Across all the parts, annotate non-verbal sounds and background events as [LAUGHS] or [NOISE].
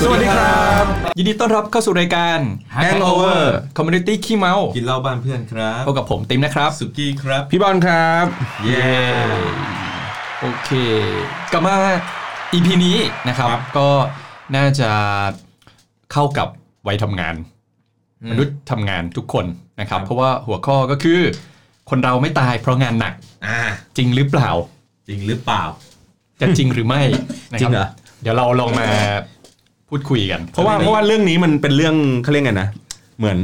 สวัสดีครับ ยินดีต้อนรับเข้าสู่รายการ Hangover Community ขี้เมา กินเหล้าบ้านเพื่อนครับ พบกับผมติมนะครับ สุกี้ครับ พี่บอลครับ เย้ โอเคกลับมา EP นี้นะครับ ครับ ก็น่าจะเข้ากับวัยทำงาน มนุษย์ทำงานทุกคนนะครับ เพราะว่าหัวข้อก็คือ คนเราไม่ตายเพราะงานหนัก อ่า จริงหรือเปล่า จริงหรือเปล่า จะจริงหรือไม่นะค จริ บ งเหรอ เดี๋ยวเราลองมาพูดคุยกัน เพราะว่าเพราะว่าเรื่องนี้มันเป็นเรื่องเขาเรียกไงนะ เหมือน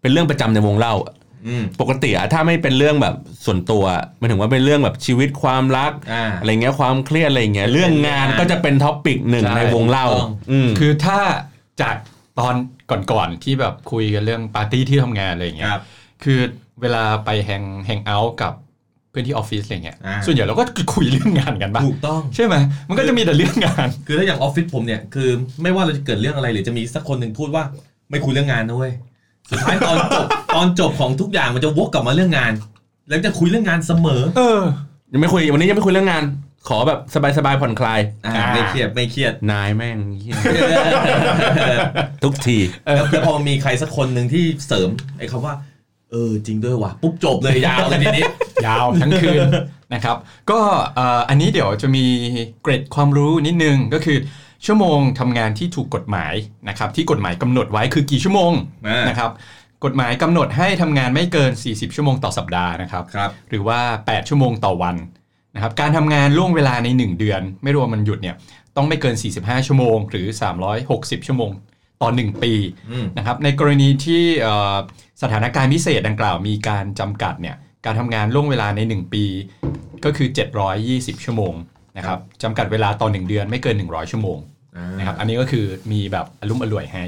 เป็นเรื่องประจำในวงเล่าอะ อืม ปกติอะถ้าไม่เป็นเรื่องแบบส่วนตัวอะหมันถึงว่าเป็นเรื่องแบบชีวิตความรัก อ่า ไรเงี้ยความเครียดอะไรเงี้ยเรื่องงาน ใช่ ก็จะเป็นท็อปปิกหนึ่ง ใช่ ในวงเล่า ถูกต้อง อืม คือถ้าจากตอนก่อนๆที่แบบคุยกันเรื่องปาร์ตี้ที่ทำงานอะไรอย่างเงี้ ค ย รับ คือเวลาไปแฮงแฮงเอาท์กับเพื่อนที่ออฟฟิศอะไรเงี้ย อ่า ส่วนใหญ่เราก็คุยเรื่องงานกันบ้าง ถูกต้อง ใช่ไหม มันก็จะมีแต่เรื่องงาน คือถ้าอย่างออฟฟิศผมเนี่ยคือไม่ว่าเราจะเกิดเรื่องอะไรหรือจะมีสักคนหนึ่งพูดว่าไม่คุยเรื่องงานนะเว้ยสุดท้ายตอนจบ [LAUGHS] ตอนจบของทุกอย่างมันจะวกกลับมาเรื่องงาน แล้วจะคุยเรื่องงานเสมอ เออ ยังไม่คุยวันนี้ยังไม่คุยเรื่องงาน ขอแบบสบายๆผ่อนคลาย อ่า อ่า ไม่เครียดไม่เครียด [LAUGHS] นายแม่งเหี้ยทุกที แล้วแล้วพอมีใครสักคนหนึ่งที่เสริมไอ้คำว่า เออจริงด้วยว่ะปุ๊บจบเลยยาวเลยที [LAUGHS] นี้ ยาวทั้งคืน นะครับ ก็เอ่ออันนี้เดี๋ยวจะมีเกร็ดความรู้นิดนึงก็คือ ชั่วโมงทำงานที่ถูกกฎหมายนะครับที่กฎหมายกำหนดไว้คือกี่ชั่วโมง อ่าน นะครับกฎหมายกำหนดให้ทำงานไม่เกิน 40 ชั่วโมงต่อสัปดาห์นะครับ ครับ หรือว่า 8 ชั่วโมงต่อวันนะครับ การทำงานล่วงเวลาใน 1 เดือน ไม่รวมมันหยุดเนี่ยต้องไม่เกิน 45 ชั่วโมง หรือ 360 ชั่วโมงต่อ 1 ปี อืม นะครับ ในกรณีที่เอ่อสถานการณ์พิเศษดังกล่าวมีการจำกัดเนี่ยการทำงานล่วงเวลาใน 1 ปี ก็คือ 720 ชั่วโมงนะครับจำกัดเวลาต่อ 1 เดือนไม่เกิน 100 ชั่วโมงนะครับอันนี้ก็คือมีแบบอารมณ์อร่วยให้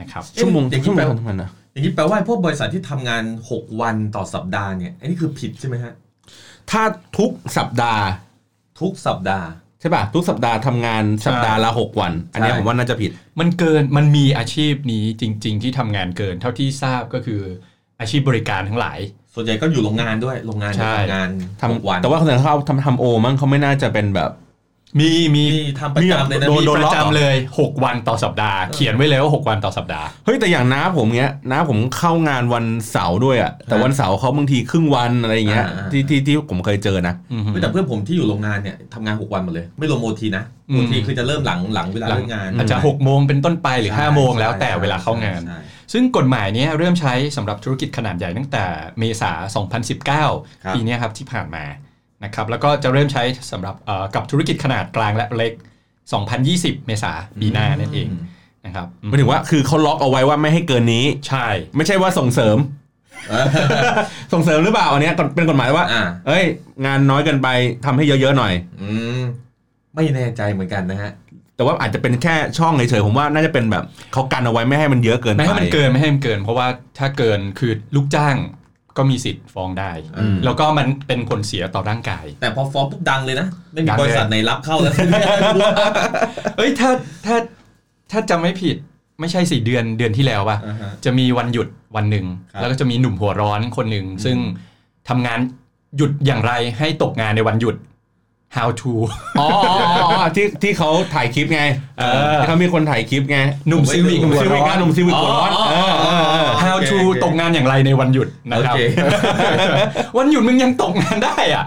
นะครับ ชั่วโมง อย่างนี้ ชั่วโม แปล ง ว่า ทำไมนะ อย่างนี้แปลว่าพวกบริษัทที่ทำงาน 6 วันต่อสัปดาห์เนี่ยอันนี้คือผิดใช่ไหมฮะ ถ้าทุกสัปดาห์ ทุกสัปดาห์ ใช่ป่ะทุกสัปดาห์ทำงานสัปดาห์ละหกวัน อันเนี้ย ใช่ ผมว่าน่าจะผิด มันเกินมันมีอาชีพนี้จริง ๆ ที่ทำงานเกิน เท่าที่ทราบก็คืออาชีพบริการทั้งหลาย ส่วนใหญ่ก็อยู่โรงงานด้วยโรงงาน ใช่ ทำงาน ทำ หกวัน แต่ว่าเขาแต่เขาทำทำโอมั้งเขาไม่น่าจะเป็นแบบ มีมี ที่ทำประจำเลยนะ โดน มี โดน ป ประ ระจำ จำเลย 6 วันต่อสัปดาห์ เขียนไว้เลยว่า6วันต่อสัปดาห์ เฮ้ยแต่อย่างน้าผมเงี้ยน้าผมเข้างานวันเสาร์ด้วยอ่ะแต่วันเสาร์เขาบางทีครึ่งวันอะไรอย่างเงี้ยที่ที่ที่ผมเคยเจอนะ อือหือ เฮ้ยแต่เพื่อนผมที่อยู่โรงงานเนี่ยทำงานหกวันหมดเลย ไม่รวมโมทีนะ อืม โมทีคือจะเริ่มหลังหลังเวลา หลั เลิกงาน อาจจะ6โมงเป็นต้นไปหรือ ใช่ 5โมง ใช่ แล้วแต่เวลาเข้างาน ใช่ ซึ่งกฎหมายเนี้ยเริ่มใช้สำหรับธุรกิจขนาดใหญ่ตั้งแต่เมษา ครับ 2019 ปีเนี้ยครับที่ผ่านมานะครับแล้วก็จะเริ่มใช้สำหรับเอ่อกับธุรกิจขนาดกลางและเล็ก 2020 เมษาปีหน้านั่นเองนะครับอืม ไม่ถึงว่าคือเขาล็อกเอาไว้ว่าไม่ให้เกินนี้ ใช่ ไม่ใช่ว่าส่งเสริม เออ ส่งเสริมหรือเปล่าอันเนี้ยเป็นกฎหมายว่า [LAUGHS] อ่า เอ้ย งานน้อยเกินไปทำให้เยอะๆหน่อย อืมไม่แน่ใจเหมือนกันนะฮะ แต่ว่าอาจจะเป็นแค่ช่องเฉยๆผมว่าน่าจะเป็นแบบเขากันเอาไว้ไม่ให้มันเยอะเกินไป ไม่ให้มันเกินไม่ให้มันเกิน เพราะว่าถ้าเกินคือลูกจ้างก็มีสิทธิ์ฟ้องได้ อืม แล้วก็มันเป็นผลเสียต่อร่างกาย แต่พอฟ้องปุ๊บดังเลยนะ ไม่มี ดังเลย บริษัทไหนรับเข้าแล้ว [LAUGHS] เอ้ยถ้าถ้าถ้าจำไม่ผิดไม่ใช่สี่เดือนเดือนที่แล้วป่ะ อ่าฮะ จะมีวันหยุดวันหนึ่ง ครับ แล้วก็จะมีหนุ่มหัวร้อนคนหนึ่งซึ่งทำงานหยุดอย่างไรให้ตกงานในวันหยุด how to อ๋ออ๋ออ๋อที่ที่เขาถ่ายคลิปไง เออ ที่เขามีคนถ่ายคลิปไง หนุ่ม ผมไม่ ซิวิก รู้ หนุ่มซิหัวิกวร้อ นะ น หนุ่มซิวิกหัวร้อน อ๋ออ๋ เอ ออ๋ออเออเออ how โอเค to โอเค ตกงานอย่างไรในวันหยุดนะครับ โอเค วันหยุดมึงยังตกงานได้อ่ะ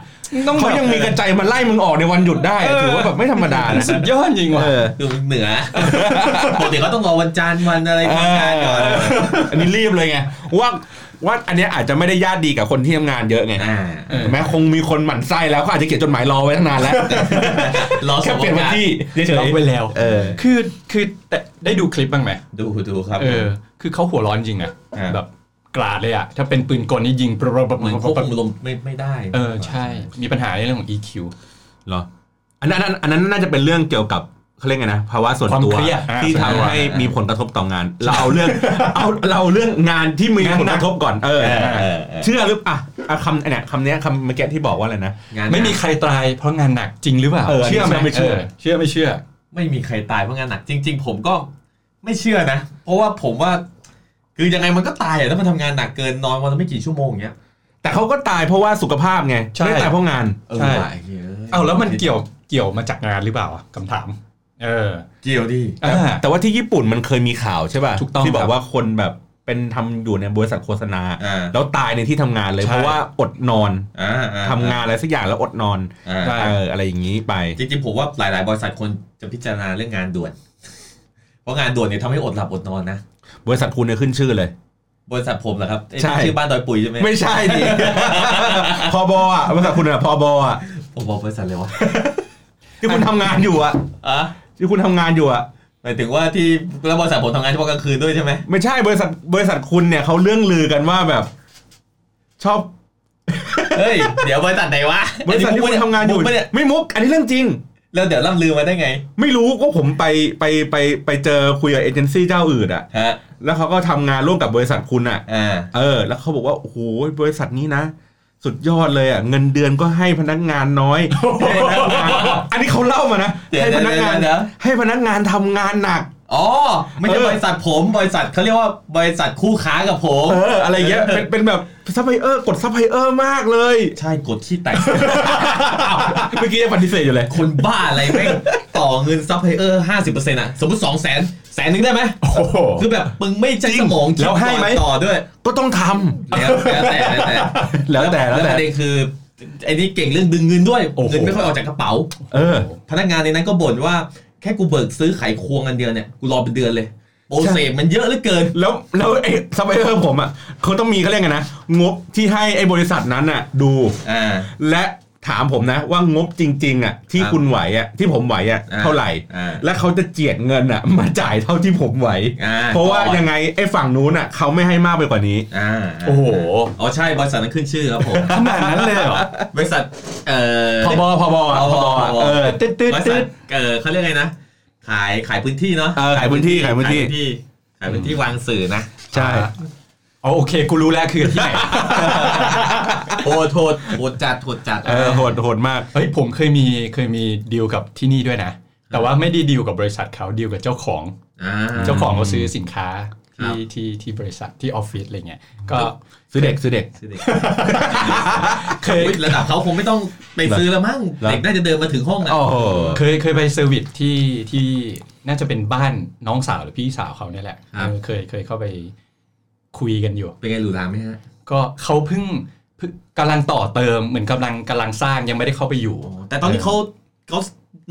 ต้อง เขายังมีกระใจมาไล่มึงออกในวันหยุดได้อะถือว่าแบบไม่ธรรมดานะ สุดยอดจริงว่ะ เออ คือเหนือ [LAUGHS] ปกติเขาต้องรอวันจันทร์วันอะไรทำงานก่อน อันนี้รีบเลยไงว่าว่าอันเนี้ยอาจจะไม่ได้ญาติดีกับคนที่ทำงานเยอะไง อ่า เออ แม้คงมีคนหมั่นไส้แล้วเขาอาจจะเขียนจดหมายรอไว้ตั้งนาน [LAUGHS] แล้ว รอส แค่ ม เปลี่ยนวันที่เฉ ล็อย กไว้แล้ว เออ คือคือแต่ได้ดูคลิปบ้างไหม ดูดูครับ เออ คือเขาหัวร้อนจริงนะ อ่า แบบกราดเลยอะถ้าเป็นปืนกลนี่ยิงปรบปรบ เหมือน ป คว ร บบ ปร คุ บ มลมณ์ไม่ไม่ได้ เออใช่ มีปัญหาในเรื่องของ EQ ๆเหรออันนั้นอันนั้นอันนั้นน่าจะเป็นเรื่องเกี่ยวกับเขาเรียกไงนะภาวะส่วน ความ ตัว เครียดอ่า ที่ทำให้มีผลกระทบต่องาน เราเอาเรื่องเอาเราเอาเรื่องงานที่มีผลกระทบก่อนเออ เออเออเออ เชื่อหรืออ่ะอ่ะคำเนี่ยคำเนี้ยคำเมื่อกี้ที่บอกว่าอะไรนะ งาน ไม่มีใครตายเพราะงานหนักจริงหรือเปล่า เอออันนี้ เชื่อไหม ไม่เชื่อ เชื่อไม่เชื่อ ไม่มีใครตายเพราะงานหนัก จริง ๆ ผมก็ไม่เชื่อนะ เพราะว่าผมว่า คือยังไงมันก็ตายอะถ้ามันทำงานหนักเกินนอนวันละไม่กี่ชั่วโมงอย่างเงี้ย แต่เขาก็ตายเพราะว่าสุขภาพไง ใช่ ไม่ได้ตายเพราะงาน เออ ใช่ ว่ะไอ้เหี้ย เอาแล้วมันเกี่ยวเกี่ยวมาจากงานหรือเปล่าอะคำถาม เออ เกี่ยวดิ อ่า แต่ว่าที่ญี่ปุ่นมันเคยมีข่าวใช่ป่ะ ถูกต้อง ที่บอ ครั ก บ ว่าคนแบบเป็นทำอยู่ในบริษัทโฆษณา อ่า แล้วตายในที่ทำงานเลย ใช่ เพราะว่าอดนอน อ่าอ่ ทำงานอะไรสักอย่างแล้วอดนอน อ่า ใช่ เอออะไรอย่างนี้ไป จริงๆผมว่าหลาย ๆ บริษัทคนจะพิจารณาเรื่องงานด่วน [LAUGHS] เพราะงานด่วนเนี่ยทำให้อดหลับอดนอนนะ บริษัทคุณเนี่ยขึ้นชื่อเลย บริษัทผมเหรอครับเอ้ย ใช่ ชื่อบ้านดอยปุ๋ยใช่ไหม ไม่ใช่ดิ [LAUGHS] พอบอ่ะบริษัทคุณอะพอบอ่ะ ผมบอกบริษัทเลยวะ ที่คุณทำงานอยู่อ่ะ [LAUGHS] อ่ะ ที่คุณทำงานอยู่อ่ะ หมายถึงว่าที่แล้วบริษัทผมทำงานเฉพาะกลางคืนด้วยใช่ไหม [LAUGHS] ไม่ใช่บริษัทบริษัทคุณเนี่ยเขาเรื่องลือกันว่าแบบ ชอบ เฮ้ยเดี๋ยวบริษัทไหนวะ [LAUGHS] บริษัทที่คุณทำงานอยู่ มุกปะเนี่ย ไม่มุก อันนี้เรื่องจริง แล้วเดี๋ยวล่ำลือมาได้ไง ไม่รู้ก็ผมไปไปไปไปเจอคุยกับเอเจนซี่เจ้าอื่นอ่ะ ฮะ แล้วเขาก็ทำงานร่วมกับบริษัทคุณอ่ะ อ่า เออ แล้วเขาบอกว่า โอ้โห บริษัทนี้นะ สุดยอดเลยอ่ะ เงินเดือนก็ให้พนักงานน้อย [LAUGHS] ให้พนักงานอันนี้เขาเล่ามานะ เดี๋ยว ให้ เดี๋ พ ยว นักงาน เดี๋ยว ให้พนักงานทำงานหนัก อ๋อ ไม่ใช่ เออ บริษัทผม บริษัทเขาเรียกว่าบริษัทคู่ค้ากับผม เออ อะไรเงี้ย เป็นเป็นแบบซัพพลายเออร์ กดซัพพลายเออร์มากเลย ใช่กดที่แตก [LAUGHS] เมื่อกี้ยังปฏิเสธอยู่เลย คนบ้าอะไรแม่งต่อเงินซัพพลายเออร์ห้าสิบเปอร์เซ็นต์อะสมมติสองแสนแสนหนึ่งได้ไหม โอ้โห คือแบบมึงไม่ใช้สมองคิด แล้วให้ไหม ก่อนต่อด้วย ก็ต้องทำ แล้วแล้วแต่แล้วแต่ แล้วแต่แล้วแต่ ประเด็นคือไอ้นี่เก่งเรื่องดึงเงินด้วย โอ้โห เงินไม่ค่อยออกจากกระเป๋า เออ พนักงานในนั้นก็บ่นว่าแค่กูเบิกซื้อไขควงอันเดียวเนี่ยกูรอเป็นเดือนเลยโปรเซสมันเยอะเหลือเกิน แล้วแล้วไอ้ซัพพลายเออร์ผมอ่ะเขาต้องมีเขาเรียกไงนะ งบที่ให้ไอ้บริษัทนั้นอ่ะ ดู อ่า และถามผมนะว่างบจริง ๆ อ่ะ ที่ ครับ คุณไหวอ่ะที่ผมไหวอ่ะเท่าไหร่ อ่า และเขาจะเจียดเงินอ่ะ มาจ่ายเท่าที่ผมไหว อ่ เพราะว่ายังไงไอ้ฝั่งนู้นอ่ะเขาไม่ให้มากไปกว่านี้ อ่า โอ้โห อ๋อใช่บริษัทนั้นขึ้นชื่อครับผม [LAUGHS] ขนาดนั้นเลยเหรอบ ริษัท เอ่อ พอบอพอบอ พบพบ เออตึ๊ดตึ๊ด บริษั ตึ๊ ท ด เออเขาเรียกไงนะ ขายขายพื้นที่เนาะ เออขายพื้นที่ขายพื้นที่ ขายพื้นที่วางสื่อนะ ใช่ อ๋อโอเค กูรู้แล้วคือที่ไหน โทษโทษโทษจัดโทษจัด เออโหดโหดมาก เฮ้ยผมเคยมีเคยมีดีลกับที่นี่ด้วยนะ แต่ว่าไม่ได้ดีลกับบริษัทเขาดีลกับเจ้าของ อ่า เจ้าของเขาซื้อสินค้า ครั ที่ บ ที่ที่บริษัทที่ออฟฟิศอะไรเงี้ยก็ ซื้อเด็กซื้อเด็ก ซื้อเด็ก เคย อุ๊ยระดับเขาคงไม่ต้องไปซื้อแล้วมั้ง เหรอ เด็กน่าจะเดินมาถึงห้องอ่ะ โอ้โห เคยเคยไปเซอร์วิสที่ที่น่าจะเป็นบ้านน้องสาวหรือพี่สาวเขาเนี่ยแหละเออเคยเคยเข้าไปคุยกันอยู่ เป็นไงหรูหราไหมฮะ ก็เขาเพิ่งเพิ่งกำลังต่อเติมเหมือนกำลังกำลังสร้างยังไม่ได้เข้าไปอยู่ โอ้แต่ตอนนี้เขาเขา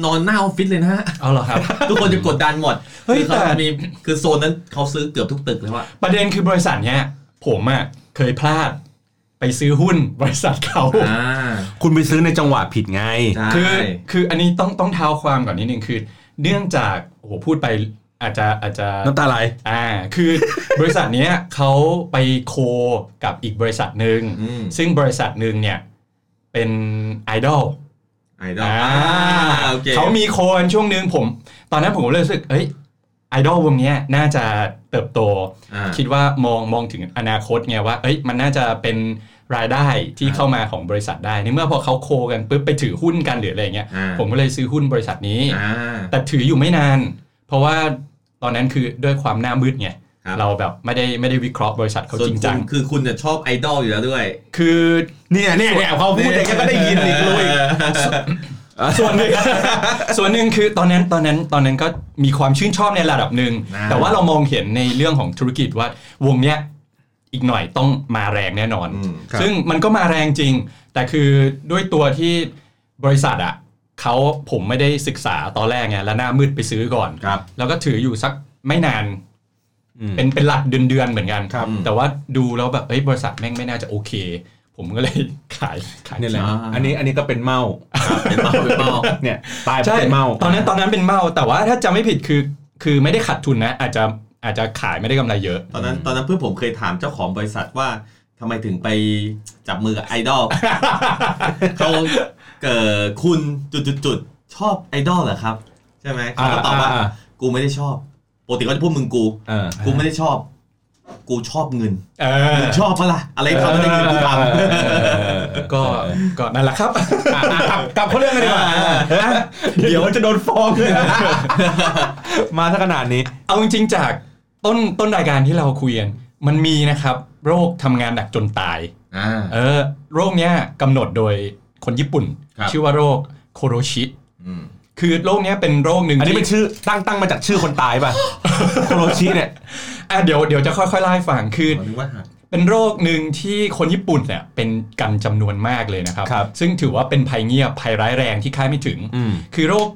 นอนหน้าออฟฟิศเลยนะฮะ เอาเหรอครับ ทุกคนจะกดดันหมด เฮ้ย คือเขา แต่ มีคือโซนนั้นเขาซื้อเกือบทุกตึกแล้วอะ ประเด็นคือบริษัทเนี้ยผมอ่ะเคยพลาดไปซื้อหุ้นบริษัทเขา อ่า คุณไปซื้อในจังหวะผิดไง คื ใช่ อคืออันนี้ต้องต้องเท้าความก่อนนิดนึงคือ เนื่องจากโอ้โหพูดไปอาจจะอาจจะ น้ำตาไหล อ่าคือ บริษัทเนี้ยเขาไปโคกับอีกบริษัทหนึ่ง อืม ซึ่งบริษัทหนึ่งเนี่ยเป็นไอดอล ไอดอล อ่า อ่โอเค เขามีโคกันช่วงหนึ่งผม ตอนนั้นผมก็เลยรู้สึกเอ้ยไอดอลวงเนี้ยน่าจะเติบโต อ่า คิดว่ามองมองถึงอนาคตไงว่า เอ้ยมันน่าจะเป็นรายได้ที่เข้ามาของบริษัทได้ในเมื่อพอเขาโคกันปุ๊บไปถือหุ้นกันหรืออะไรอย่างเงี้ย อ่า ผมก็เลยซื้อหุ้นบริษัทนี้ อ่า แต่ถืออยู่ไม่นาน เพราะว่าตอนนั้นคือด้วยความหน้ามืดไง ครับ เราแบบไม่ได้ไม่ได้วิเคราะห์บริษัทเขา ส่วน จริง คุ จัง ณคือคุณเนี่ยชอบไอดอลอยู่แล้วด้วย คือ เนี่ยเนี่ยเนี่ยพอพูดเด็กก็ได้ยินอีกรู้อีก ส่วนหนึ่ง [LAUGHS] ส่วนหนึ่งคือตอนนั้นตอนนั้นตอนนั้นก็มีความชื่นชอบในระดับหนึ่ง อ่า แต่ว่าเรามองเห็นในเรื่องของธุรกิจว่าวงเนี้ยอีกหน่อยต้องมาแรงแน่นอน อืม ครับ ซึ่งมันก็มาแรงจริง แต่คือด้วยตัวที่บริษัทอะเขาผมไม่ได้ศึกษาตอนแรกไงแล้วหน้ามืดไปซื้อก่อน ครับ แล้วก็ถืออยู่สักไม่นาน อืม เป็นเป็นหลักเดือนเดือนๆเหมือนกัน ครับ แต่ว่าดูแล้วแบบเฮ้ยบริษัทแม่งไม่น่าจะโอเค ผมก็เลย ขายขาย เนี่ยแหละ อ่า อันนี้อันนี้ก็เป็นเมา เป็นเมาเป็นเมา เนี่ยตายเพราะ ใช่ เป็นเมา ตอนนั้นตอนนั้นเป็นเมา แต่ว่าถ้าจำไม่ผิดคือคือไม่ได้ขาดทุนนะ อาจจะอาจจะขายไม่ได้กำไรเยอะ ตอนนั้นตอนนั้นเพื่อนผมเคยถามเจ้าของบริษัทว่าทำไมถึงไปจับมือกับไอดอล เขาเกิดคุณจุดจุดจุดชอบไอดอลเหรอครับ ใช่ไหมเขาก็ตอบว่า อ่าอ่า กูไม่ได้ชอบปกติเขาจะพูดมึงกู เออ กูไม่ได้ชอบ กูชอบเงิน เออ มึงชอบปะล่ะอะไรทำอะไรเงินกูทำ ก็ก็นั่นแหละครับ กลับกลับเข้าเรื่องกันดีกว่าเดี๋ยวจะโดนฟ้อง มาถ้าขนาดนี้ เอาจริงๆจากต้นต้นรายการที่เราคุยกันมันมีนะครับ โรคทำงานหนักจนตาย อ่า เออ โรคเนี้ยกำหนดโดยคนญี่ปุ่น ครับ ชื่อว่าโรคโคโรชิ อืม คือโรคเนี้ยเป็นโรคหนึ่ง อันนี้เป็น ที่ ชื่อตั้งตั้งมาจากชื่อคนตายป่ะ โคโรชิเนี่ย อ่ะเดี๋ยวเดี๋ยวจะค่อยๆไล่าให้ฟังคือ ผมนึกว่าหัก เป็นโรคหนึ่งที่คนญี่ปุ่นเนี่ยเป็นกันจำนวนมากเลยนะครับ ครับ ซึ่งถือว่าเป็นภัยเงียบภัยร้ายแรงที่คาดไม่ถึง อืม คือโรค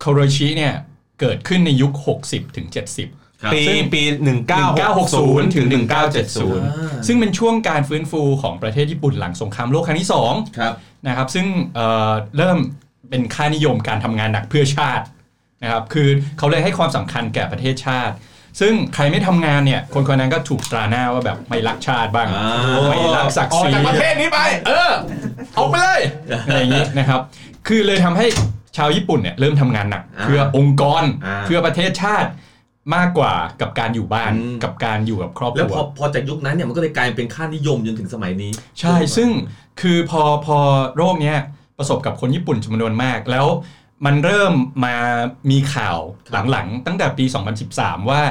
โคโรชิเนี่ยเกิดขึ้นในยุค 60ถึง70 ครับ ปี ซึ่ง ปี 1960 1960 ถึ ถึ ง ง 1970 1970 ซึ่งเป็นช่วงการฟื้นฟูของประเทศญี่ปุ่นหลังสงครามโลกครั้งที่ ครับ 2 นะครับ ซึ่งเอ่อเริ่มเป็นค่านิยมการทำงานหนักเพื่อชาตินะครับ คือเขาเลยให้ความสำคัญแก่ประเทศชาติ ซึ่งใครไม่ทำงานเนี่ย คนคนนั้นก็ถูกตราหน้าว่าแบบไม่รักชาติบ้าง อ่า ไม่รักศักดิ์ศรี ออกจากประเทศนี้ไป เออเอาไปเลยอะไรอย่างนี้นะครับ คือเลยทำให้ชาวญี่ปุ่นเนี่ยเริ่มทำงานหนัก อ่า เพื่อองค์กร อ่า เพื่อประเทศชาติมากกว่ากับการอยู่บ้าน อืม กับการอยู่กับครอบค แล้ว รั พ ว อพอจากยุคนั้นเนี่ยมันก็เลยกลายเป็นค่านิยมจนถึงสมัยนี้ ใช่ ซึ่งคือพอพอโรคเนี้ยประสบกับคนญี่ปุ่นจำนวนมาก แล้วมันเริ่มมามีข่าวหลังๆ ตั้งแต่ปี 2013 ว่า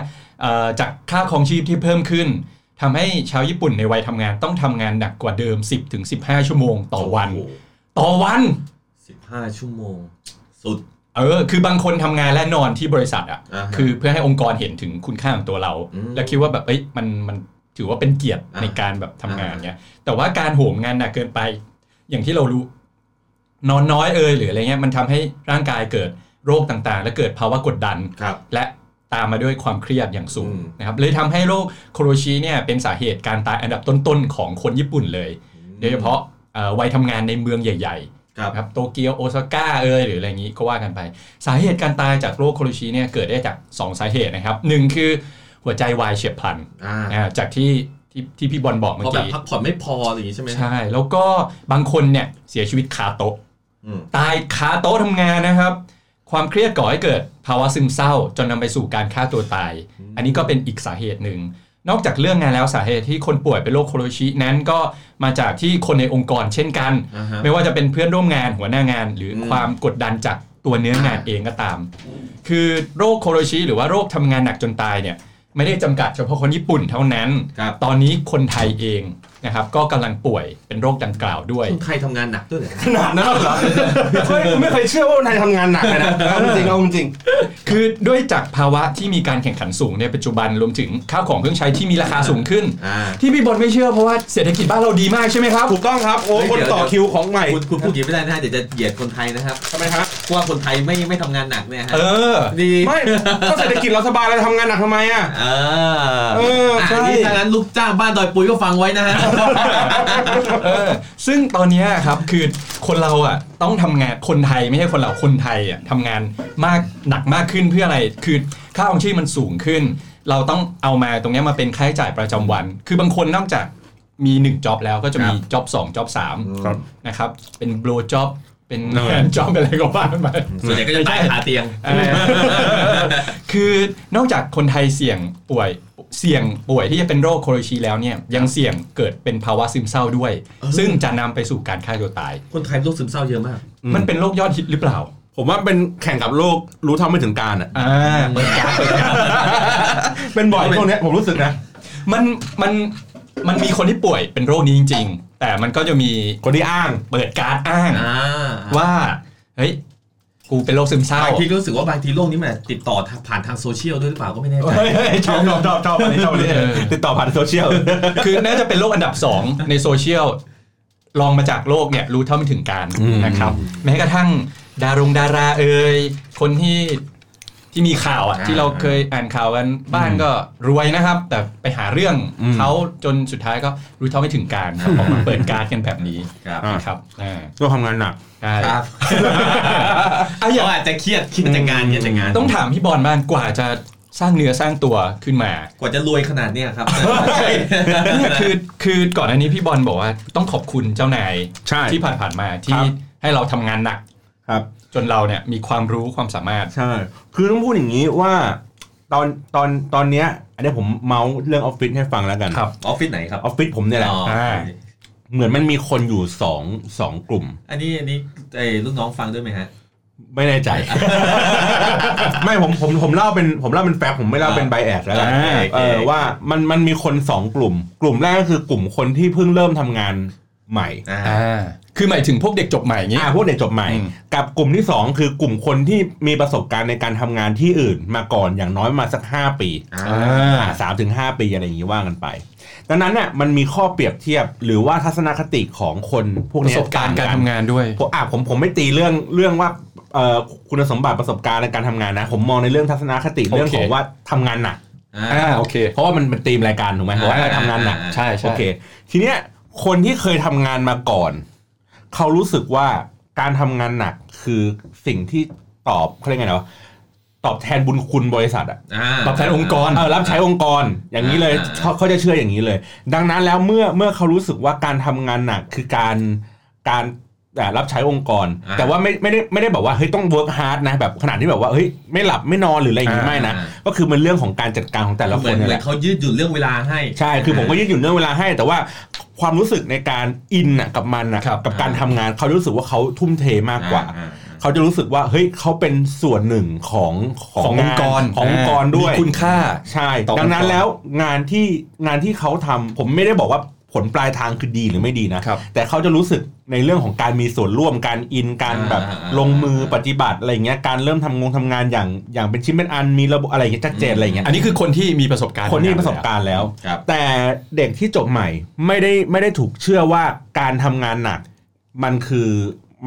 เอ่อจากค่าครองชีพที่เพิ่มขึ้นทำให้ชาวญี่ปุ่นในวัยทำงานต้องทำงานหนักกว่าเดิม 10-15 ชั่วโมงต่อวัน ต่อวัน สิบห้าชั่วโมง สุด เออ คือบางคนทำงานและนอนที่บริษัทอ่ะ อ่าฮะ คือเพื่อให้องค์กรเห็นถึงคุณค่าของตัวเรา อืม และคิดว่าแบบเอ้ยมันมันถือว่าเป็นเกียรติ อ่า ในการแบบทำงานเนี้ย แต่ว่าการโหมงานหนักเกินไป อย่างที่เรารู้ นอนน้อยเอยหรืออะไรเงี้ยมันทำให้ร่างกายเกิดโรคต่างๆ และเกิดภาวะกดดัน ครับ และตามมาด้วยความเครียดอย่างสูง อืม นะครับ เลยทำให้โรคโคโรชีเนี่ยเป็นสาเหตุการตายอันดับต้นๆของคนญี่ปุ่นเลย โดยเฉพาะเอ่อวัยทำงานในเมืองใหญ่ ๆ ครับ นะครับโตเกียวโอซาก้าเอยหรืออะไรอย่างนี้ก็ว่ากันไป สาเหตุการตายจากโรคโคโรชิเนี่ยเกิดได้จาก 2 สาเหตุนะครับหนึ่งคือหัวใจวายเฉียบพลัน อ่า อ่าจากที่ที่ที่พี่บอลบอกเมื่อ เพราะแบบ กี้ พักผ่อนไม่พออะไรอย่างนี้ใช่ไหม ใช่ แล้วก็บางคนเนี่ยเสียชีวิตคาโต๊ะ อืม ตายคาโต๊ะทำงานนะครับ ความเครียดก่อให้เกิดภาวะซึมเศร้า จนนำไปสู่การฆ่าตัวตาย อืม อันนี้ก็เป็นอีกสาเหตุหนึ่ง นอกจากเรื่องงานแล้วสาเหตุที่คนป่วยเป็นโรคโคโรชินั้นก็มาจากที่คนในองค์กรเช่นกัน อ่าฮะ ไม่ว่าจะเป็นเพื่อนร่วมงานหัวหน้างาน หรืออ ม ความกดดันจากตัวเนื้องานเองก็ตาม คือโรคโคโรชิหรือว่าโรคทำงานหนักจนตายเนี่ยไม่ได้จำกัดเฉพาะคนญี่ปุ่นเท่านั้น ครับ ตอนนี้คนไทยเองนะครับก็กำลังป่วยเป็นโรคดังกล่าวด้วย คนไทยทำงานหนักด้วยเหรอ ขนาดนั้นเหรอ [LAUGHS] เฮ้ยไม่เคยเชื่อว่าคนไทยทำงานหนักเลยนะเอาจริงเอาจริง คือด้วยจากภาวะที่มีการแข่งขันสูงในปัจจุบันรวมถึงข้าวของเครื่องใช้ที่มีราคาสูงขึ้น อ่า ที่พี่บอลไม่เชื่อเพราะว่าเศรษฐกิจบ้านเราดีมากใช่ไหมครับ ถูกต้องครับโอ้ เฮ้ย คน เดี๋ยว ต่อคิวของใหม่ คุณคุณพูดอย่างนี้ไม่ได้นะฮะเดี๋ยวจะเหยียดคนไทยนะครับ ทำไมฮะ เพราะว่าคนไทยไม่ไม่ทำงานหนักเนี่ยฮะ เออ ดี ไม่ก็เศรษฐกิจเราสบายเราทำงานหนักทำไมอ่ะ เออ เออใช่ นนี้ถ้างั้นลูกจ้างบ้านดอยปุยก็ฟังไว้ [LAUGHS] นะฮะ เออซึ่งตอนเนี้ยครับคือคนเราอ่ะต้องทำงานคนไทยไม่ใช่คนเราคนไทยอ่ะทำงานมากหนักมากขึ้นเพื่ออะไรคือค่าของชีพมันสูงขึ้น เราต้องเอามาตรงเนี้ยมาเป็นค่าใช้จ่ายประจำวัน คือบางคนนอกจากมี1จ็อบแล้วก็จะมีจ็อบ2จ็อบ3 ครับ นะครับเป็นโบรจ็อบเป็น นั่ [LAUGHS] นแห แฮ ละ นจ็อบอะไรก็ว่ากันไป ส่วนใหญ่ก็จะตายคาเตียง [LAUGHS] คือนอกจากคนไทยเสี่ยงป่วยเสี่ยงป่วยที่จะเป็นโรคโคโรชีแล้วเนี่ยยังเสี่ยงเกิดเป็นภาวะซึมเศร้าด้วย เออ ซึ่งจะนำไปสู่การฆ่าตัวตาย คนไทยโรคซึมเศร้าเยอะมาก อืม มันเป็นโรคยอดฮิตหรือเปล่า ผมว่าเป็นแข่งกับโลกรู้เท่าไม่ถึงการอ่ะ อ่าเปิดการเปิดการ เป็นบ่อยพวกเนี้ยผมรู้สึกนะ มันมันมันมีคนที่ป่วยเป็นโรคนี้จริง ๆ แต่มันก็จะมี คนที่อ้าง เปิดการดอ้าง อ่า ว่าเฮ้ยกูเป็นโรคซึมเศร้า บางทีก็รู้สึกว่าบางทีโรคนี้มันอาจติดต่อทางผ่านทางโซเชียลด้วยหรือเปล่าก็ไม่แน่ใจ ชอบชอบชอบชอบอันนี้ชอบอันนี้ติดต่อผ่านโซเชียล คือน่าจะเป็นโรคอันดับสองในโซเชียลลองมาจากโลกเนี่ยรู้เท่าไม่ถึงการ อืม นะครับ แม้กระทั่งดารงดาราเอ่ยคนที่ที่มีข่าวอ่ะ อ่า ที่เราเคยอ่านข่าวกันบ้านก็รวยนะครับ แต่ไปหาเรื่องเขาจนสุดท้ายก็รู้เท่าไม่ถึงการออกมาเปิดการดกันแบบนี้ ครับ นะครับอ่า ก็ทำงานหนัก ใช่ ครับ [LAUGHS] อ่ะอ เขา ย่าง อาจจะเครียดคิดแต่งานคิดแต่งาน ต้องถามพี่บอลบ้างกว่าจะสร้างเนื้อสร้างตัวขึ้นมา กว่าจะรวยขนาดเนี้ยครับ เนี่ยคือคือก่อนอันนี้พี่บอลบอกว่าต้องขอบคุณเจ้านาย ใช่ ที่ผ่านๆมา ค ที่ รับ ให้เราทำงานหนัก ครับ จนเราเนี่ยมีความรู้ความสามารถ ใช่ คือต้องพูดอย่างนี้ว่า ตอนตอนตอนเนี้ย อันนี้ผมเมาส์เรื่องออฟฟิศให้ฟังแล้วกัน ครับ [LAUGHS] ออฟฟิศไหนครับ ออฟฟิศผมเนี่ยแหละ อ๋อ อ่า เหมือนมันมีคนอยู่สองสองกลุ่ม อันนี้อันนี้ไอ้ลูกน้องฟังด้วยไหมฮะ ไม่แน่ใจ ไม่ผมผมผมเล่าเป็นผมเล่าเป็นแฟกต์ผมไม่เล่าเป็นไบแอดแล้วกัน อ่าโอเค เออว่ามันมันมีคนสองกลุ่ม กลุ่มแรกก็คือกลุ่มคนที่เพิ่งเริ่มทำงานใหม่ อ่า อ่า คือหมายถึงพวกเด็กจบใหม่อย่างงี้ อ่าพวกเด็กจบใหม่ อืม กับกลุ่มที่สองคือกลุ่มคนที่มีประสบการณ์ในการทำงานที่อื่นมาก่อนอย่างน้อยประมาณสักห้าปี อ่า อ่า สามถึงห้าปีอะไรอย่างนี้ว่ากันไป ดังนั้นน่ะมันมีข้อเปรียบเทียบหรือว่าทัศนคติของคนพวก ประ เนี้ย สบการณ์การ ต่ ทำงานด้วย ผมอ่ะผมผมไม่ตีเรื่องเรื่องว่าเอ่อคุณสมบัติประสบการณ์ในการทำงานนะ ผมมองในเรื่องทัศนคติ โอเค เรื่องของว่าทำงานหนัก อ่า อ่าโอเค เพราะว่ามันเป็นธีมรายการถูกไหม อ่า บอกว่าทำงานหนัก อ่า ใช่ใช่ โอเค ทีเนี้ยคนที่เคยทำงานมาก่อน เขารู้สึกว่าการทำงานหนักคือสิ่งที่ตอบเขาเรียกไงนะวะตอบแทนบุญคุณบริษัทอะ อ่า ตอบแทนองค์กร เออรับใช้องค์กรอย่างนี้เลย อ่า เขาเขาจะเชื่ออย่างนี้เลย ดังนั้นแล้วเมื่อเมื่อเขารู้สึกว่าการทำงานหนักคือการการอ่ารับใช้องค์กร อ่า แต่ว่าไม่ไม่ได้ไม่ได้แบบว่าเฮ้ยต้อง work hard นะแบบขนาดที่แบบว่าเฮ้ยไม่หลับไม่นอนหรืออะไรอย่างนี้ อ่า ไม่นะ อ่า ก็คือมันเรื่องของการจัดการของแต่ละ เห ค มือนน นั่ เหมืนแห อน ละ เขายืดหยุ่นเรื่องเวลาให้ ใช่คือผมก็ยืดหยุ่นเรื่องเวลาให้ แต่ว่าความรู้สึกในการอินน่ะกับมันน่ะ ครับ กับการ อ่า ทำงานเขารู้สึกว่าเขาทุ่มเทมากกว่า อ่ เขาจะรู้สึกว่าเฮ้ยเขาเป็นส่วนหนึ่งของ ขององค์กร านขององค์กรด้วย มีคุณค่า ใช่ ต่อ ดังนั้น องค์กร แล้วงานที่งานที่เขาทำผมไม่ได้บอกว่าผลปลายทางคือดีหรือไม่ดีนะ ครับ แต่เขาจะรู้สึกในเรื่องของการมีส่วนร่วมการอินการ อ่า แบบ อ่า ลงมือปฏิบัติอะไรอย่างเงี้ยการเริ่มทำงงทำงานอย่างอย่างเป็นชิ้นเป็นอันมีระบบอะไรอย่างเงี้ยชัดเจน อืม อะไรอย่างเงี้ย อันนี้คือคนที่มีประสบการณ์ คนที่มีประสบการณ์แล้ว ครับ แต่เด็กที่จบใหม่ไม่ได้ไม่ได้ถูกเชื่อว่าการทำงานหนัก มันคือ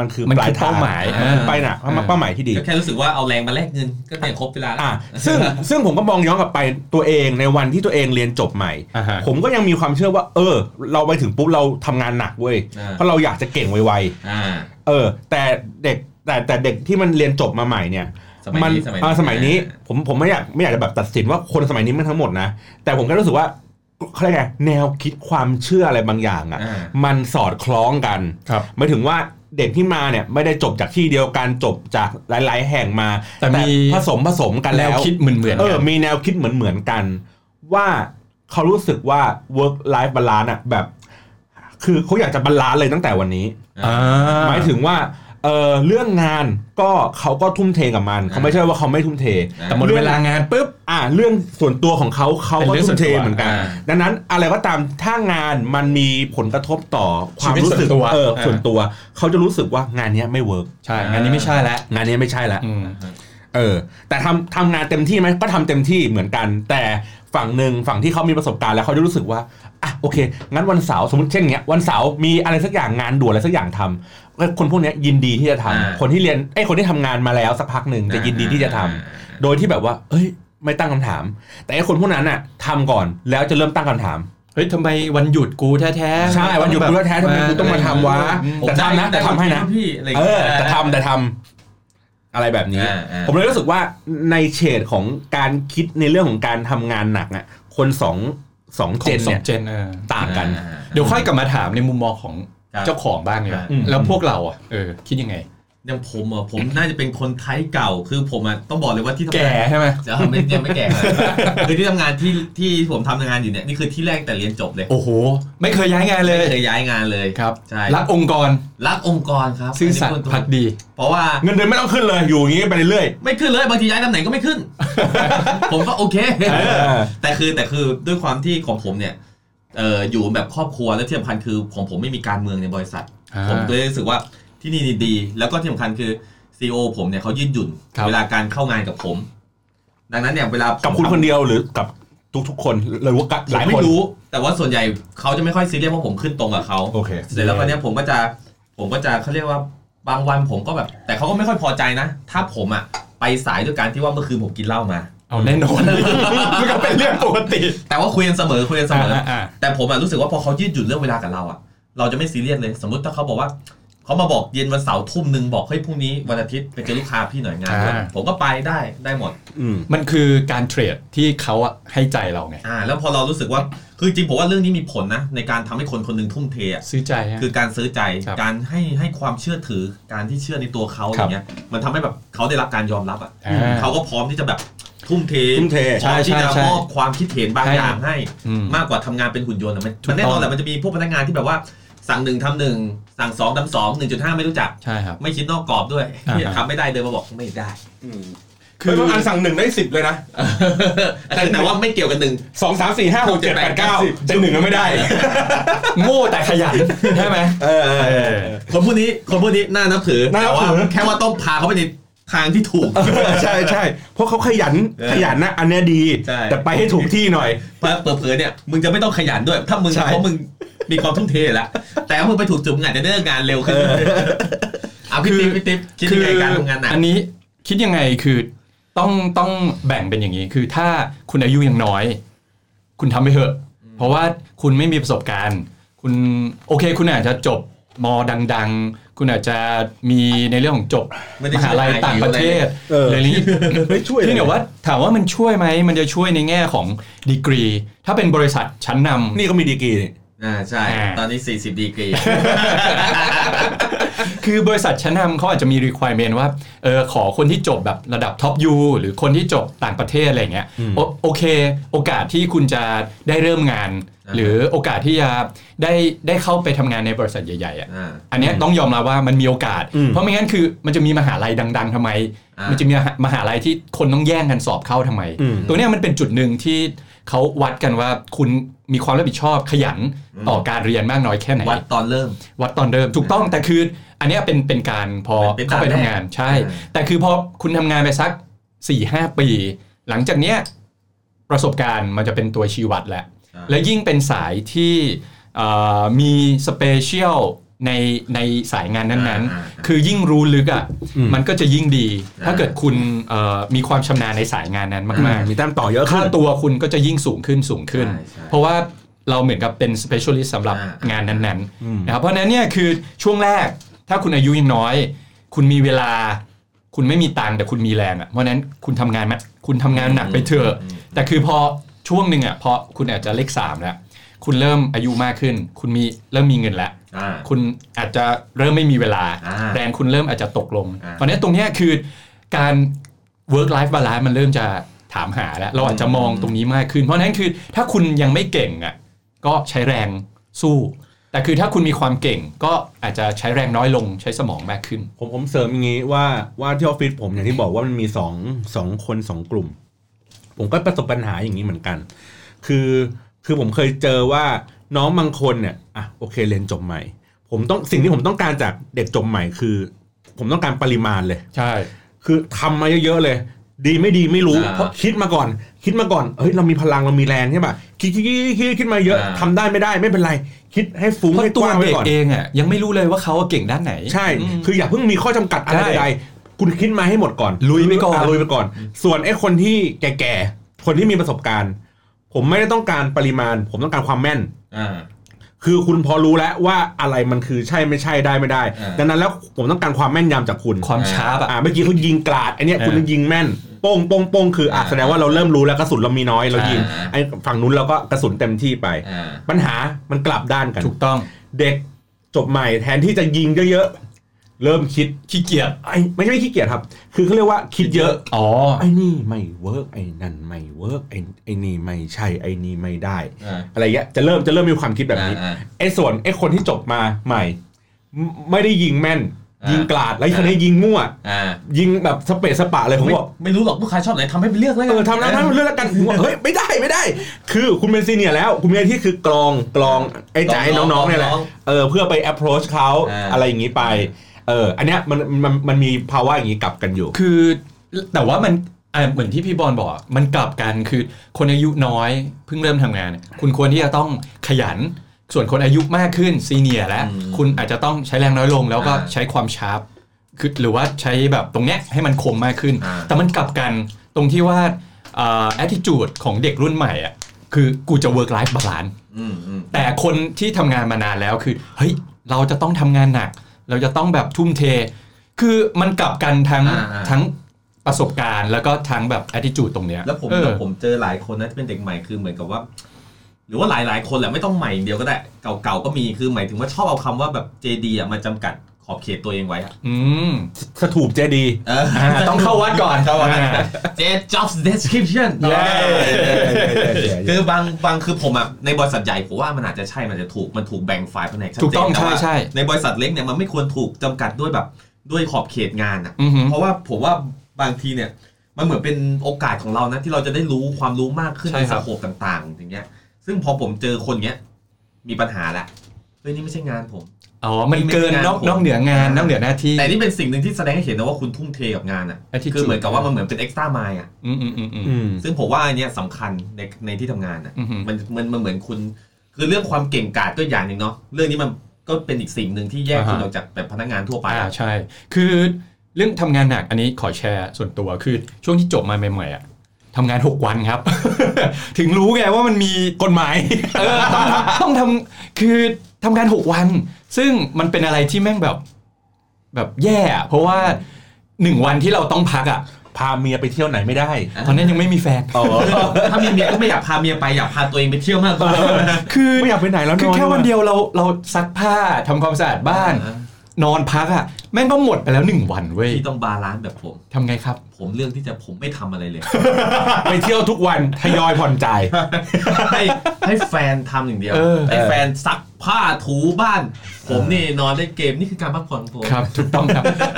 มันคือ มัน ปลา คื ย อ ทา เป้าง หมาย อ่ อ่า ไปหนักเป้าหมายที่ดี ก็แค่รู้สึกว่าเอาแรงมาแลกเงินก็เนี่ยครบเวลาแล้ว อ่ะซึ่งซึ่งผมก็มองย้อนกลับไปตัวเองในวันที่ตัวเองเรียนจบใหม่ อ่าฮะ ผมก็ยังมีความเชื่อว่า เออ เราไปถึงปุ๊บเราทำงานหนักเว้ย อ่า เพราะเราอยากจะเก่งไว อ่า ๆเออ แต่เด็กแต่แต่เด็กที่มันเรียนจบมาใหม่เนี่ย สมัยนี้สมัย อ่าสมัยนี้ผมผมไม่อยากไม่อยากจะแบบตัดสินว่าคนสมัยนี้มันทั้งหมดนะ แต่ผมก็รู้สึกว่าเขาเรียกไงแนวคิดความเชื่ออะไรบางอย่างอ่ะ อ่า มันสอดคล้องกัน ครับ หมายถึงว่าเด็กที่มาเนี่ยไม่ได้จบจากที่เดียวกันจบจากหลาย ๆ แห่งมา แต่มี ผสมผสมกัน แน แล้วว คิดเหมือนเหมือนๆ เอ กั อ น มีแนวคิดเหมือนเหมือนๆกัน ว่าเขารู้สึกว่า work life balance อะแบบ คือเขาอยากจะบาลานซ์เลยตั้งแต่วันนี้ หมายถึงว่าเออเรื่องงานก็เขาก็ทุ่มเทกับมัน เขาไม่ใช่ว่าเขาไม่ทุ่มเท อ่า แต่หมดเวลางานปุ๊บ อ่าเรื่องส่วนตัวของเขาเขา เป็น ก็ เรื่องส่วนทุ่มเท ตัว เหมือนกัน อ่า ดังนั้นอะไรก็ตามถ้างานมันมีผลกระทบต่อความ ชีวิต รู้สึก ส่วนตัว เออ อ่า ส่วนตัว เขาจะรู้สึกว่างานเนี้ยไม่เวิร์ก ใช่งานนี้ไม่ใช่แล้ว งานเนี้ยไม่ใช่ละ อืม เออแต่ทำทำงานเต็มที่ไหมก็ทำเต็มที่เหมือนกัน แต่ฝั่งหนึ่งฝั่งที่เขามีประสบการณ์แล้วเขาจะรู้สึกว่าอ่ะโอเค งั้นวันเสาร์สมมติเช่นเงี้ยวันเสาร์มีอะไรสักอย่างงานด่วนอะไรสักอย่างทำคนพวกเนี้ยยินดีที่จะทำ อ่า คนที่เรียนไอ้ยคนที่ทำงานมาแล้วสักพักหนึ่งจะยินดีที่จะทำโดยที่แบบว่า เอ้ย ไม่ตั้งคำถาม แต่ไอ้คนพวกนั้นน่ะทำก่อนแล้วจะเริ่มตั้งคำถาม เฮ้ยทำไมวันหยุดกูแท้ๆ ใช่วันหยุดกูแท้ๆทำไมกูต้องมาทำวะแต่ทำนะแต่ทำให้นะ พี่อะไรย่าง เอ งี้ย อแต่ทำแต่ทำอะไรแบบนี้ อ่าอ่า ผมเลยรู้สึกว่าในเฉดของการคิดในเรื่องของการทำงานหนักอ่ะคนสองสอง ข เจ อง น สองเนี่ย เจนเออ ต่างกัน เดี๋ยวค่อยกลับมาถามในมุมมองของ ครับ เจ้าของบ้างเนี่ย ครับ แล้วพวกเราอ่ะเออคิดยังไง อย่างผมอ่ะผมน่าจะเป็นคนไทยเก่าคือผมอ่ะต้องบอกเลยว่าที่ทำ แก่ งาน ใช่ไหม จะไม่ยังไม่แก่เลยคือที่ทำงานที่ที่ผมทำงานอยู่เนี่ยนี่คือที่แรกแต่เรียนจบเลย โอ้โห ไม่เคยย้ายงานเลย ไม่เคยย้ายงานเลย ครับ ใช่ รักองค์กร รักองค์กรครับ ซื่อสัต อัน ย์ นี้พูดตรง พักดี เพราะว่า เงินเดือนไม่ต้องขึ้นเลยอยู่อย่างนี้ไปเรื่อย ไม่ขึ้นเลยบางทีย้ายตำแหน่งก็ [LAUGHS] ไม่ขึ้น ผมก็โอเค ๆเออ แต่คือแต่คือด้วยความที่ของผมเนี่ยเอออยู่แบบครอบครัวและที่สำคัญคือของผมไม่มีการเมืองในบริษัท อ่า ผมเลยรู้สึกว่าที่นี่ดี แล้วก็ที่สำคัญคือซีอผมเนี่ยเขายืดหยุ่น ครับ เวลาการเข้างานกับผม ดังนั้นเนี่ยเวลาผม กับคุณคนเดียวหรือกับทุกๆคนหรือว่ากับ ผม หลาย ไม่ คน รู้ แต่ว่าส่วนใหญ่เขาจะไม่ค่อยซีเรียสเพราะผมขึ้นตรงกับเขา โอเค เสร็จแล้ววันนี้ยผมก็จะผมก็จะเขาเรียกว่าบางวันผมก็แบบ แต่เขาก็ไม่ค่อยพอใจนะ ถ้าผมอะไปสายด้วยการที่ว่าเมื่อคืนผมกินเหล้ามา เอาแน่นอน มันก็เป็นเรื่องปกติ แต่ว่าคุยกันเสมอคุยกันเสมอ อ่า แต่ผมอะรู้สึกว่าพอเขายืดหยุ่นเรื่องเวลากับเราอะเราจะไม่ซีเรียสเลย สมมติถ้าเขาบอกว่าเขามาบอกเย็นวันเสาร์ทุ่มหนึ่งบอกเฮ้ยพรุ่งนี้วันอาทิตย์ไปเจอลูกค้าพี่หน่อยงานด้วย อ่า ผมก็ไปได้ได้หมด อืม ๆมันคือการเทรดที่เขาอะให้ใจเราไง อ่าแล้วพอเรารู้สึกว่าคือจริงผมว่าเรื่องนี้มีผลนะ ในการทำให้คนคนหนึงทุ่มเทอะ ซื้อใจฮะ คือการซื้อใจ ครับ การให้ให้ความเชื่อถือการที่เชื่อในตัวเขาอ ครับ ย่างเงี้ยมันทำให้แบบเขาได้รับการยอมรับอะ อ่า เขาก็พร้อมที่จะแบบทุ่มเท ทุ่มเท พร้อมที่จะ ใช่ใช่ใช่ มอบความคิดเห็นบาง ให้ อย่างให้ อืม มากกว่าทำงานเป็นหุ่นยนต์อะมัน ถูก มันแน่น ต้ออนง แหละมันจะมีพวกพนักงานที่แบบว่าสั่งหนึ่งทำหนึ่งสั่งสองทำสองหนึ่งจุดห้าไม่รู้จัก ใช่ครับ ไม่คิดนอกกรอบด้วย อ่าฮะ [LAUGHS] ทำไม่ได้เดินมาบอกไม่ได้ คื คือ อ อันสั่งหนึ่งได้สิบเลยนะ แต่แต่ว่าไม่เกี่ยวกันหนึ่ง สองสามสี่ห้าหกเจ็ดแปดเก้า เจ็ดหนึ่งก็ไม่ได้ โง่แต่ขยันใช่ไหม เออเออเออ คนพวกนี้คนพวกนี้น่านับถือ น่านั แต่ บถื ว่า อ แค่ว่าต้องพาเขาไปในทางที่ถูก ใช่ใช่เพราะเขาขยัน เออ ขยันนะอันเนี้ยดี ใช่ แต่ไปให้ถูกที่หน่อย เพราะเผลอๆเนี่ยมึงจะไม่ต้องขยันด้วย ถ้ามึง ใช่ เพราะมึงมีความทุ่มเทอยู่แล้วแต่ถ้ามึงไปถูกจุดมึงอาจจะได้งานเร็วขึ้นเอาพี่ติ๊บพี่ติ๊บคิดยังไงการทำงานหนัก อันนี้คิดยังไงคือต้องต้องแบ่งเป็นอย่างนี้ คือถ้าคุณอายุยังน้อย คุณทำไปเถอะ เพราะว่าคุณไม่มีประสบการณ์ คุณโอเค คุณอาจจะจบมดัง ๆ คุณอาจจะมีในเรื่องของจบมหาลัยต่างประเทศ เออ หรืออะไรนี้ ไม่ช่วย เพียงแต่ว่าถามว่ามันช่วยไหมมันจะช่วยในแง่ของดีกรี ถ้าเป็นบริษัทชั้นนำ นี่ก็มีดีกรีนี่ อ่าใช่ อ่า ตอนนี้ 40 ดีก [LAUGHS] รี คือบริษัทชั้นนำเขาอาจจะมี requirement ว่าเออขอคนที่จบแบบระดับท็อปยูหรือคนที่จบต่างประเทศอะไรเงี้ยโอโอเค โอกาสที่คุณจะได้เริ่มงาน อ่า หรือโอกาสที่จะได้ได้เข้าไปทำงานในบริษัทใหญ่ๆอ่ะ อ่า อันเนี้ยต้องยอมรับว่ามันมีโอกาส อืม เพราะไม่งั้นคือมันจะมีมหาลัยดัง ๆทำไม อ่ามั มันจะมีมหาลัยที่คนต้องแย่งกันสอบเข้าทำไม อืม ตรงเนี้ยมันเป็นจุดหนึ่งที่เขาวัดกันว่าคุณมีความรับผิดชอบขยันต่อการเรียนมากน้อยแค่ไหน วัดตอนเริ่ม วัดตอนเดิมถูกต้องแต่คืออันเนี้ยเป็นเป็นการพอ เป็น เข้าไป เป็น ทำ ด่าน งานใช่ อ่า แต่คือพอคุณทำงานไปสัก4ี่หปี หลังจากเนี้ยประสบการณ์มันจะเป็นตัวชี้วัดแหละ และยิ่งเป็นสายที่เอ่อมีสเปเชียลในในสายงานนั้น อ่า ๆ คือยิ่งรู้ลึกอ่ะ อืม มันก็จะยิ่งดี อ่า ถ้าเกิดคุณเอ่อมีความชำนาญในสายงานนั้นมาก มีแต้มต่อเยอะ ๆ ขึ้ ค่าน ตัวคุณก็จะยิ่งสูงขึ้นสูงขึ้น ใช่ใช่ เพราะว่าเราเหมือนกับเป็น specialist สำหรับ อ่าง งานนั้นๆ อืม นะครับเพราะฉะนั้นเนี่ยคือช่วงแรกถ้าคุณอายุยังน้อย คุณมีเวลา คุณไม่มีตังค์แต่คุณมีแรงอ่ะเพราะฉะนั้นคุณทำงานมาคุณทำงานหนักไปเถอะ อืม แต่คือพอช่วงหนึ่งอ่ะพอคุณอาจจะเลขสามแล้วคุณเริ่มอายุมากขึ้น คุณมีเริ่มมีเงินแล้ว อ่า คุณอาจจะเริ่มไม่มีเวลา อ่า แรงคุณเริ่มอาจจะตกลง อ่า เพราะฉะนั้นตรงเนี้ยคือการ work life balance มันเริ่มจะถามหาแล้ว เราอาจจะมอง อืม ตรงนี้มากขึ้น เพราะฉะนั้นคือถ้าคุณยังไม่เก่งอ่ะก็ใช้แรงสู้ แต่คือถ้าคุณมีความเก่งก็อาจจะใช้แรงน้อยลงใช้สมองมากขึ้น ผมผมเสริมอย่างนี้ว่าว่าที่ออฟฟิศผมอย่างที่บอกว่ามันมีสองสองคนสองกลุ่ม ผมก็ประสบปัญหาอย่างนี้เหมือนกัน คือคือผมเคยเจอว่าน้องบางคนเนี่ยอ่ะโอเคเรียนจบใหม่ ผมต้องสิ่งที่ผมต้องการจากเด็กจบใหม่คือ ผมต้องการปริมาณเลย ใช่ คือทำมาเยอะๆเลย ดีไม่ดีไม่รู้ อ่า เพราะคิดมาก่อน คิดมาก่อนเฮ้ยเรามีพลังเรามีแรงใช่ป่ะคิดคิดคิดคิดคิดมาเยอะ อ่า ทำได้ไม่ได้ไม่เป็นไร คิดให้ฟุ้ง เพราะ ให้ ตั ก ว ว้างไว้ เด็ก ก่อน เองอ่ะยังไม่รู้เลยว่าเขาเก่งด้านไหน ใช่ คืออย่าเพิ่งมีข้อจำกัดอะไร ใช่ ใดๆคุณคิดมาให้หมดก่อน ลุยไปก่อน ะลุยไปก่อน ส่วนไอ้คนที่แก่ๆ คนที่มีประสบการณ์ ผมไม่ได้ต้องการปริมาณ ผมต้องการความแม่น อ่า คือคุณพอรู้แล้วว่าอะไรมันคือใช่ไม่ใช่ได้ไม่ได้ อ่า ดังนั้นแล้วผมต้องการความแม่นยำจากคุณ ความช้าแบบ อ่าเมื่อกี้คุณยิงกลาดไอันเนี้ย เออ คุณยิงแม่นโป้งโป้งโป้งคืออ่ะ อ่า แสดงว่าเราเริ่มรู้แล้วกระสุนเรามีน้อยเรายิง อ่า ไอ้ฝั่งนู้นเราก็กระสุนเต็มที่ไป อ่า ปัญหามันกลับด้านกัน ถูกต้อง เด็กจบใหม่แทนที่จะยิงเยอะๆเริ่มคิด ขี้เกียจ ไอ้ไม่ใช่ไม่ขี้เกียจครับ คือเขาเรียกว่าคิดเยอะ อ๋อ ไอ้นี่ไม่เวิร์กไอ้นั่นไม่เวิร์กไอ้ไอ้นี่ไม่ใช่ไอ้นี่ไม่ได้ อ่า อะไรเงี้ยจะเริ่มจะเริ่มมีความคิดแบบนี้ อ่า ไอ้ส่วนไอ้คนที่จบมาใหม่ไม่ไม่ได้ยิงแม่น อ่ายิ ยิงกลาดแล้วคนนี้ยิงมั่ว อ่า ยิงแบบสเปะสปะเลยผม ไม่ บอก ไม่รู้หรอกลูกค้าชอบไหนทำให้ไปเลือกแล้ว เออทำแล้วทำเรื่องละกันผมบอกเฮ้ยไม่ได้ไม่ได้ คือคุณเป็นซีเนียร์แล้ว คุณมีหน้าที่คือกรองกรองไอ้จ่ายน้องๆเนี่ยแหละ อง เออเพื่อไป approach เขา อ่า อะไรอย่างนี้ไปเอออันเนี้ยมันมันมันมีภาวะอย่างนี้กลับกันอยู่ คือแต่ว่ามันอ่ะเหมือนที่พี่บอลบอกมันกลับกันคือคนอายุน้อยเพิ่งเริ่มทำงาน คุณควรที่จะต้องขยัน ส่วนคนอายุมากขึ้นซีเนียร์แล้ว อืม คุณอาจจะต้องใช้แรงน้อยลง แล้วก็ อ่า ใช้ความชาร์ปคือหรือว่าใช้แบบตรงเนี้ยให้มันคมมากขึ้น อ่า แต่มันกลับกันตรงที่ว่าแอ t i t u d e ของเด็กรุ่นใหม่อ่ะคือกูจะ work life balance อืมอืม แต่คนที่ทำงานมานานแล้วคือเฮ้ยเราจะต้องทำงานหนัก เราจะต้องแบบทุ่มเท คือมันกลับกันทั้ง อ่าอ่า ทั้งประสบการณ์ แล้วก็ทั้งแบบแอด i จูดตรงเนี้ย แล้วผม เออ แล้วผมเจอหลายคนนะที่เป็นเด็กใหม่คือเหมือนกับว่า หรือว่าหลายหลายๆคนแหละไม่ต้องใหม่อย่างเดียวก็ได้เก่าๆก็มีคือหมายถึงว่าชอบเอาคำว่าแบบ JD อ่ะมาจำกัดขอบเขตตัวเองไว้อะ อืม สถูปเจดีย์ เออ อ่าต้องเข้าวัดก่อนเข้าวัด เจ jobs description เย้ คือบางบางคือผมอะในบริษัทใหญ่ผมว่ามันอาจจะใช่มันจะถูกมันถูกแบ่งฝ่ายแผนกชัด ถูก เจ ต้อน ง แต่ว่า ใช่ใช่ ในบริษัทเล็กเนี่ยมันไม่ควรถูกจำกัดด้วยแบบด้วยขอบเขตงานอะ อือหือ เพราะว่าผมว่าบางทีเนี่ย มันเหมือนเป็นโอกาสของเรานะ ที่เราจะได้รู้ความรู้มากขึ้น ใช่ ใน ครั สั บ งคมต่างๆ อย่างเงี้ย ซึ่งพอผมเจอคนเงี้ย มีปัญหาละเฮ้ยนี่ไม่ใช่งานผม อ๋อ มันเกินนอกนไม่มีงานอกเหนืองานนอกเหนือหน้าที่ แต่นี่เป็นสิ่งหนึ่งที่แสดงให้เห็นนะว่าคุณทุ่มเทกับงานอ่ะ Attitude คือเหมือนกับว่ามันเหมือนเป็น extra mile อ่ะ อืมอืมอืมอืม อืม ซึ่งผมว่าอันเนี้ยสำคัญในในที่ทำงานอ่ะ อือหือ มันมันมันเหมือนคุณ คือเรื่องความเก่งกาจก็อย่างหนึ่งเนาะเรื่องนี้มันก็เป็นอีกสิ่งหนึ่งที่แยกคุณออกจากแบบพนักงานทั่วไป อ่า อะ ใช่ คือเรื่องทำงานหนักอันนี้ขอแชร์ส่วนตัวคือช่วงที่จบมาใหม่ๆอ่ะทำงาน 6 วันครับ [LAUGHS] ถึงรู้ไงว่ามันมีกฎหมาย เออต้องทำ [LAUGHS] ต้องทำคือทำงาน 6 วัน ซึ่งมันเป็นอะไรที่แม่งแบบแบบแย่อะเพราะว่า 1 วันที่เราต้องพักอ่ะ พาเมียไปเที่ยวไหนไม่ได้ ตอนนั้นยังไม่มีแฟน ถ้ามีเมียก็ไม่อยากพาเมียไปอยากพาตัวเองไปเที่ยวมากกว่า คือ ไม่อยากไปไหนแล้ว คือแค่ อะ วันเดียวเราเราซักผ้าทำความสะอาดบ้าน อ่า นอนพักอ่ะแม่งก็หมดไปแล้วหนึ่งวันเว้ย พี่ต้องบาลานซ์แบบผม ทำไงครับ ผมเรื่องที่จะผมไม่ทำอะไรเลย ไปเที่ยวทุกวันทยอยผ่อนจ่าย ให้ให้แฟนทำอย่างเดียว เออ ให้แฟนซักผ้าถูบ้าน ผมนี่นอนเล่นเกมนี่คือการพักผ่อนของผม ครับถูกต้องครับ [LAUGHS]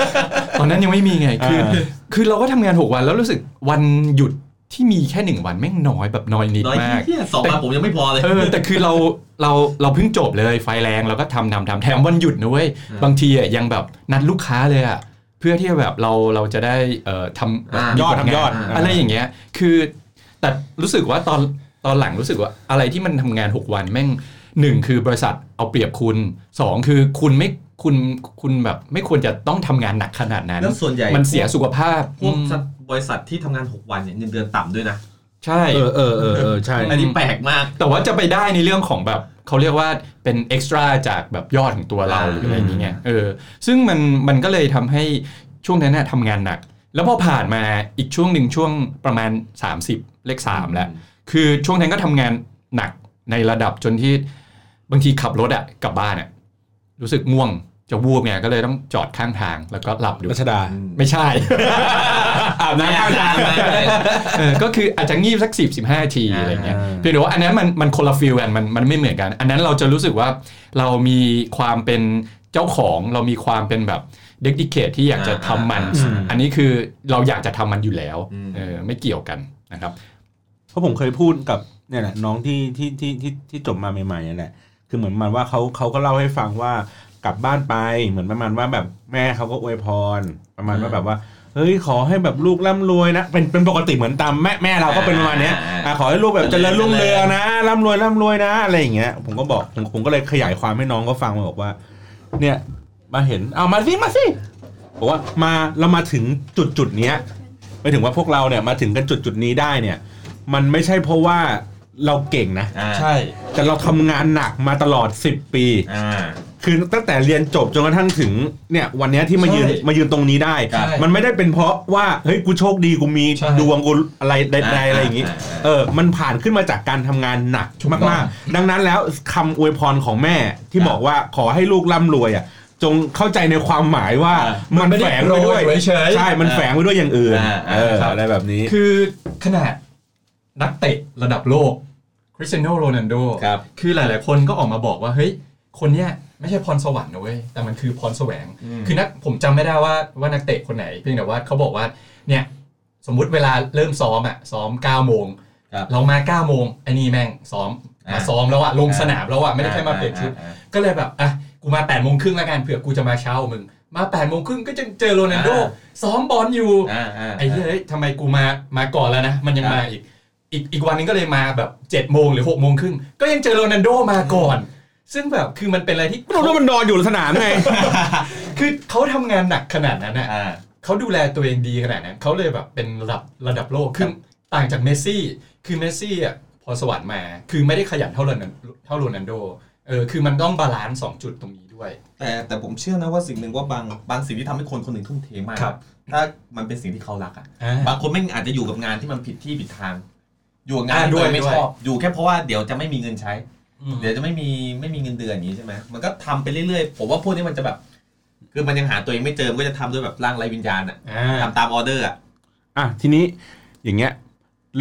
ตอนนั้นยังไม่มีไงคือ อ่า คือเราก็ทำงาน 6 วันแล้วรู้สึกวันหยุดที่มีแค่หนึ่งวันแม่งน้อยแบบน้อยนิด น้อย มาก ที่ สองวันผมยังไม่พอเลย เออแต่คือเราเราเราเพิ่งจบเลยไฟแรงเราก็ทำทำทำแถมวันหยุดนะเว้ย อ่า บางทีอ่ะยังแบบนัดลูกค้าเลยอ่ะเพื่อที่จะแบบเราเราจะได้เอ่อท อ่า ำ ย อดทำยอด อ่า อะไรอย่างเงี้ยคือแต่รู้สึกว่าตอนตอนหลังรู้สึกว่าอะไรที่มันทำงาน 6 วันแม่งหนึ่งคือบริษัทเอาเปรียบคุณ 2 คือคุณไม่คุณคุณแบบไม่ควรจะต้องทำงานหนักขนาดนั้น แล้วส่วนใหญ่ มันเสียสุขภาพ พวก อืม บริษัทที่ทำงาน 6 วันเนี่ยเงินเดือนต่ำด้วยนะ ใช่ เออเออเออเออใช่ อันนี้แปลกมาก แต่ว่าจะไปได้ในเรื่องของแบบเขาเรียกว่าเป็นเอ็กซ์ตร้าจากแบบยอดของตัวเรา อ่า หรืออะไรอย่างเงี้ยเออซึ่งมันมันก็เลยทำให้ช่วงนั้นน่ะทำงานหนัก แล้วพอผ่านมาอีกช่วงหนึ่งช่วงประมาณ 30 เลข3แล้ว คือช่วงนั้นก็ทำงานหนักในระดับจนที่บางทีขับรถอะกลับบ้านอะรู้สึกง่วงจะวูบไงก็เลยต้องจอดข้างทางแล้วก็หลับดู รัชดา ไม่ใช่ อาบ ไม่ น้ำข้างทาง ทำไม่ เออก็คืออาจจะงีบสักสิบสิบห้าที อ่า อะไรเงี้ย อ่า เพียงแต่ว่าอันนั้นมันมันคนละฟิลกันมันมันไม่เหมือนกัน อันนั้นเราจะรู้สึกว่าเรามีความเป็นเจ้าของเรามีความเป็นแบบเด็กดิเคทที่อยากจะทำมัน อ่าอ่า อันนี้คือเราอยากจะทำมันอยู่แล้ว อืม เออไม่เกี่ยวกันนะครับ เพราะผมเคยพูดกับเนี่ยแหละน้องที่ที่ที่ที่ที่จบมาใหม่ๆเนี่ยแหละคือเหมือนประมันว่าเขาเขาก็เล่าให้ฟังว่ากลับบ้านไปเหมือนประมาณว่าแบบแม่เขาก็อวยพร ประมาณว่าแบบว่าเฮ้ยขอให้แบบลูกร่ำรวยนะเป็นเป็นปกติเหมือนตามแม่แม่เราก็เป็นประมาณเนี้ยอ่ะขอให้ลูกแบบเจริญรุ่งเรืองนะร่ำรวยร่ำรวยนะอะไรอย่างเงี้ยผมก็บอกผมผมก็เลยขยายความให้น้องก็ฟังมาบอกว่า เนี่ยมาเห็นเอามาสิมาสิบอกว่ามาเรามาถึงจุดจุดๆเนี้ยไปถึงว่าพวกเราเนี่ยมาถึงกันจุดจุดๆนี้ได้เนี่ย มันไม่ใช่เพราะว่าเราเก่งนะ อ่า แต่เราทำงานหนักมาตลอด 10 ปี อ่า คือตั้งแต่เรียนจบจนกระทั่งถึงเนี่ยวันเนี้ยที่มายืน ใช่ มายืนตรงนี้ได้ ใช่ มันไม่ได้เป็นเพราะว่าเฮ้ยกูโชคดีกูมี ใช่ ดวงกูอะไรใดๆอะไรอย่างงี้ อ่าอ่า เออมันผ่านขึ้นมาจากการทำงานหนักมากๆ ดังนั้นแล้วคำอวยพรของแม่ที่บอกว่าขอให้ลูกร่ำรวยอ่ะจงเข้าใจในความหมายว่ามันแฝงไปด้วย เฉย ใช่มันแฝงไปด้วยอย่างอื่น อ่าอ่า เอออะไรแบบนี้ คือขนาดนักเตะระดับโลกคริสเตียโนโรนัลโด ครับ คือหลาย ๆ คนก็ออกมาบอกว่าเฮ้ยคนเนี้ยไม่ใช่พรสวรรค์นะเว้ยแต่มันคือพรแสวง คือนักผมจำไม่ได้ว่าว่านักเตะคนไหนเพียงแต่ว่าเขาบอกว่าเนี่ยสมมุติเวลาเริ่มซ้อมอ่ะซ้อม9โมง ครับ เรามา9โมงไอ้นี่แม่งซ้อม อ่าม มาซ้อมแล้วอ่ะลง อ่า สนามแล้วอ่ะไม่ได้แค่มาเปลี่ยนชุด ก็เลยแบบอ่ะกูมา8โมงครึ่งแล้วกันเผื่อกูจะมาเช้ากว่ามึง มา8โมงครึ่งก็จะเจอโรนัลโดซ้อมบอลอยู่ อ่าอ่า ไอ้เหี้ยเฮ้ยทำไมกูมามาก่อนแล้วนะ มันยังมาอีก อีกอีกวันนึงก็เลยมาแบบ7จ็ดโมงหรือ6กโมงครึ่งก็ยังเจอโรนัลโดมาก่อน ซึ่งแบบคือมันเป็นอะไรที่ เราต้องมันนอนอยู่สนามไง คือเขาทำงานหนักขนาดนั้นอะ อ่า เขาดูแลตัวเองดีขนาดนั้นเขาเลยแบบเป็นระดับระดับโลกคือต่างจากเมสซี่ คือเมสซี่อ่ะพอสวรรค์มา คือไม่ได้ขยันเท่าโรนัลเท่าโรนัลโดเออคือมันต้องบาลานซ์สองจุดตรงนี้ด้วย แต่แต่ผมเชื่อนะว่าสิ่งหนึ่งว่าบางบางสิ่งที่ทำให้คนคนหนึ่งทุ่มเทมาก ครับ ถ้ามันเป็นสิ่งที่เขารักอะ อ่า บางคนไม่งอาจจะอยู่กับงานที่มันผิดที่ผิดทาง อยู่กับงาน อ่า ที่ตัวเอด้วงย ไม่ ด้วย ชอบอยู่แค่เพราะว่าเดี๋ยวจะไม่มีเงินใช้ อืม เดี๋ยวจะไม่มีไม่มีเงินเดือนอย่างนี้ใช่ไหมมันก็ทำไปเรื่อยๆ ผมว่าพวกนี้มันจะแบบ คือมันยังหาตัวเองไม่เจอมันก็จะทำด้วยแบบร่างไรวิญญาณอะ อ่า ทำตามออเดอร์อะ อ่ะทีนี้อย่างเงี้ย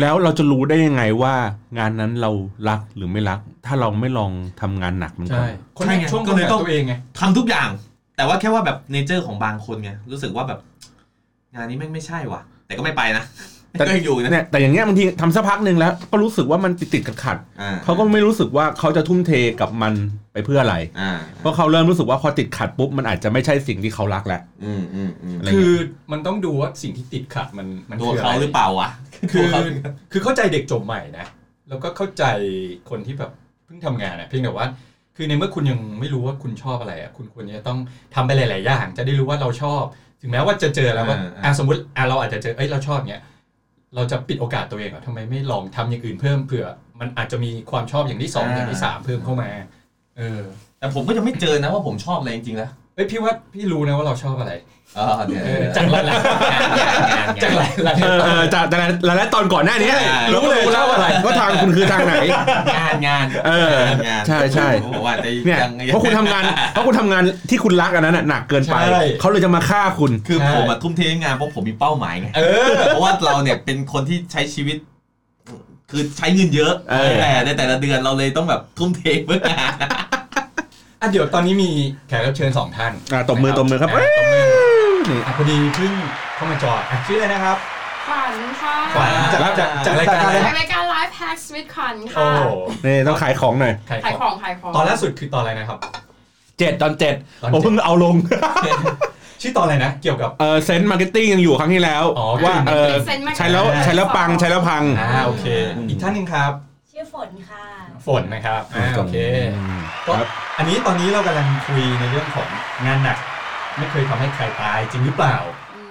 แล้วเราจะรู้ได้ยังไงว่างานนั้นเรารักหรือไม่รัก ถ้าเราไม่ลองทำงานหนักมันก่ ใช่ อน คนในช่วงก็เลยต้องตัวเองไง ทำทุกอย่าง แต่ว่าแค่ว่าแบบเนเจอร์ของบางคนไงรู้สึกว่าแบบ งานนี้แม่งไม่ใช่ว่ะ แต่ก็ไม่ไปนะ แต่ [LAUGHS] ก็ยังอยู่นะ เนี่ยแต่อย่างเงี้ยบางทีทำสักพักหนึ่งแล้ว ก็รู้สึกว่ามันติดติดขัดขัด อ่ ๆเขาก็ไม่รู้สึกว่าเขาจะทุ่มเทกับมันไปเพื่ออะไร อ่า เพราะเขาเริ่มรู้สึกว่าพอติดขัดปุ๊บมันอาจจะไม่ใช่สิ่งที่เขารักแล้ว อืมอืมอืม อะไรเงี้ย คือมันต้องดูว่าสิ่งที่ติดขัดมันมัน ตัว คืะ เขา ไ หรือเปล่าวะ คือ ตัวเขา คือเข้าใจเด็กจบใหม่นะแล้วก็เข้าใจคนที่แบบเพิ่งทำงานอะเพียงแต่ว่า คือในเมื่อคุณยังไม่รู้ว่าคุณชอบอะไรอะคุณควรจะต้องทำไปหลาย ๆ อย่าง จะได้รู้ว่าเราชอบ ถึงแม้ว่าจะเจอแล้วว่าอ่ะสมมติอ่ะเราอาจจะเจอเอ้ยเราชอบเนี้ยเราจะปิดโอกาสตัวเองเหรอทำไมไม่ลองทำอย่างอื่นเพิ่มเผื่อ มันอาจจะมีความชอบอย่างที่สองอย่างที่สามเพิ่มเข้ามา เออ แต่ผมก็จะไม่เจอนะว่าผมชอบอะไรจริงๆนะ เอ้ยพี่ว่าพี่รู้นะว่าเราชอบอะไร เออเดี๋ยว เออจากหลาย งานงานงาน ๆจากหลายๆ เออเออจากจากหลายๆตอนก่อนหน้านี้ ใช่ รู้เลย รู้แล้วว่าอะไร ว่าทางคุณคือทางไหน งานงาน เออ งาน ใช่ใช่ ผมว่าจะ เนี่ย ยังไง เพราะคุณทำงานเพราะคุณทำงานที่คุณรักอันนั้นน่ะหนักเกินไป ใช่ เขาเลยจะมาฆ่าคุณ คือ ใช่ ผมมาทุ่มเทให้งานเพราะผมมีเป้าหมายไง เออ เพราะว่าเราเนี่ยเป็นคนที่ใช้ชีวิต คือใช้เงินเยอะ เออ แต่ในแต่ละเดือนเราเลยต้องแบบทุ่มเทเพื่องาน อ่ะเดี๋ยวตอนนี้มีแขกรับเชิญสองท่าน อ่ะตบมือตบมือครับ ะตบมืออ่ะพอดีเพิ่งเข้ามาจอดอ่ะชื่ออะไรนะครับ ขวัญค่ะ ขวัญจากจากจากรายการอะไร จาก นะ รายการ Life Hacks with ขวัญ โอ้โค่ะห นี่ต้องขายของหน่อย ใคร ขาย ข ข อ องขายของ ตอนล่าสุดคือตอนอะไรนะครับ เจ็ดตอนเจ็ด ตอน ผม เจ็ เพิ่ ด งเอาล [LAUGHS] ง ชื่อตอนอะไรนะ เกี่ยวกับ เออเซนต์มาร์เก็ตติ้งยังอยู่ครั้งที่แล้ว อ๋อ ว่าเออ เซ็นมา ใช้แล้วใช้แล้วปังใช้แล้วพัง อ่าโอเค อีกท่านหนึ่งครับ ชื่อฝนค่ะ ฝนนะครับอ่าโอเค ม ก็ ครับ อันนี้ตอนนี้เรากำลังคุยในเรื่องของงานหนัก ไม่เคยทำให้ใครตายจริงหรือเปล่า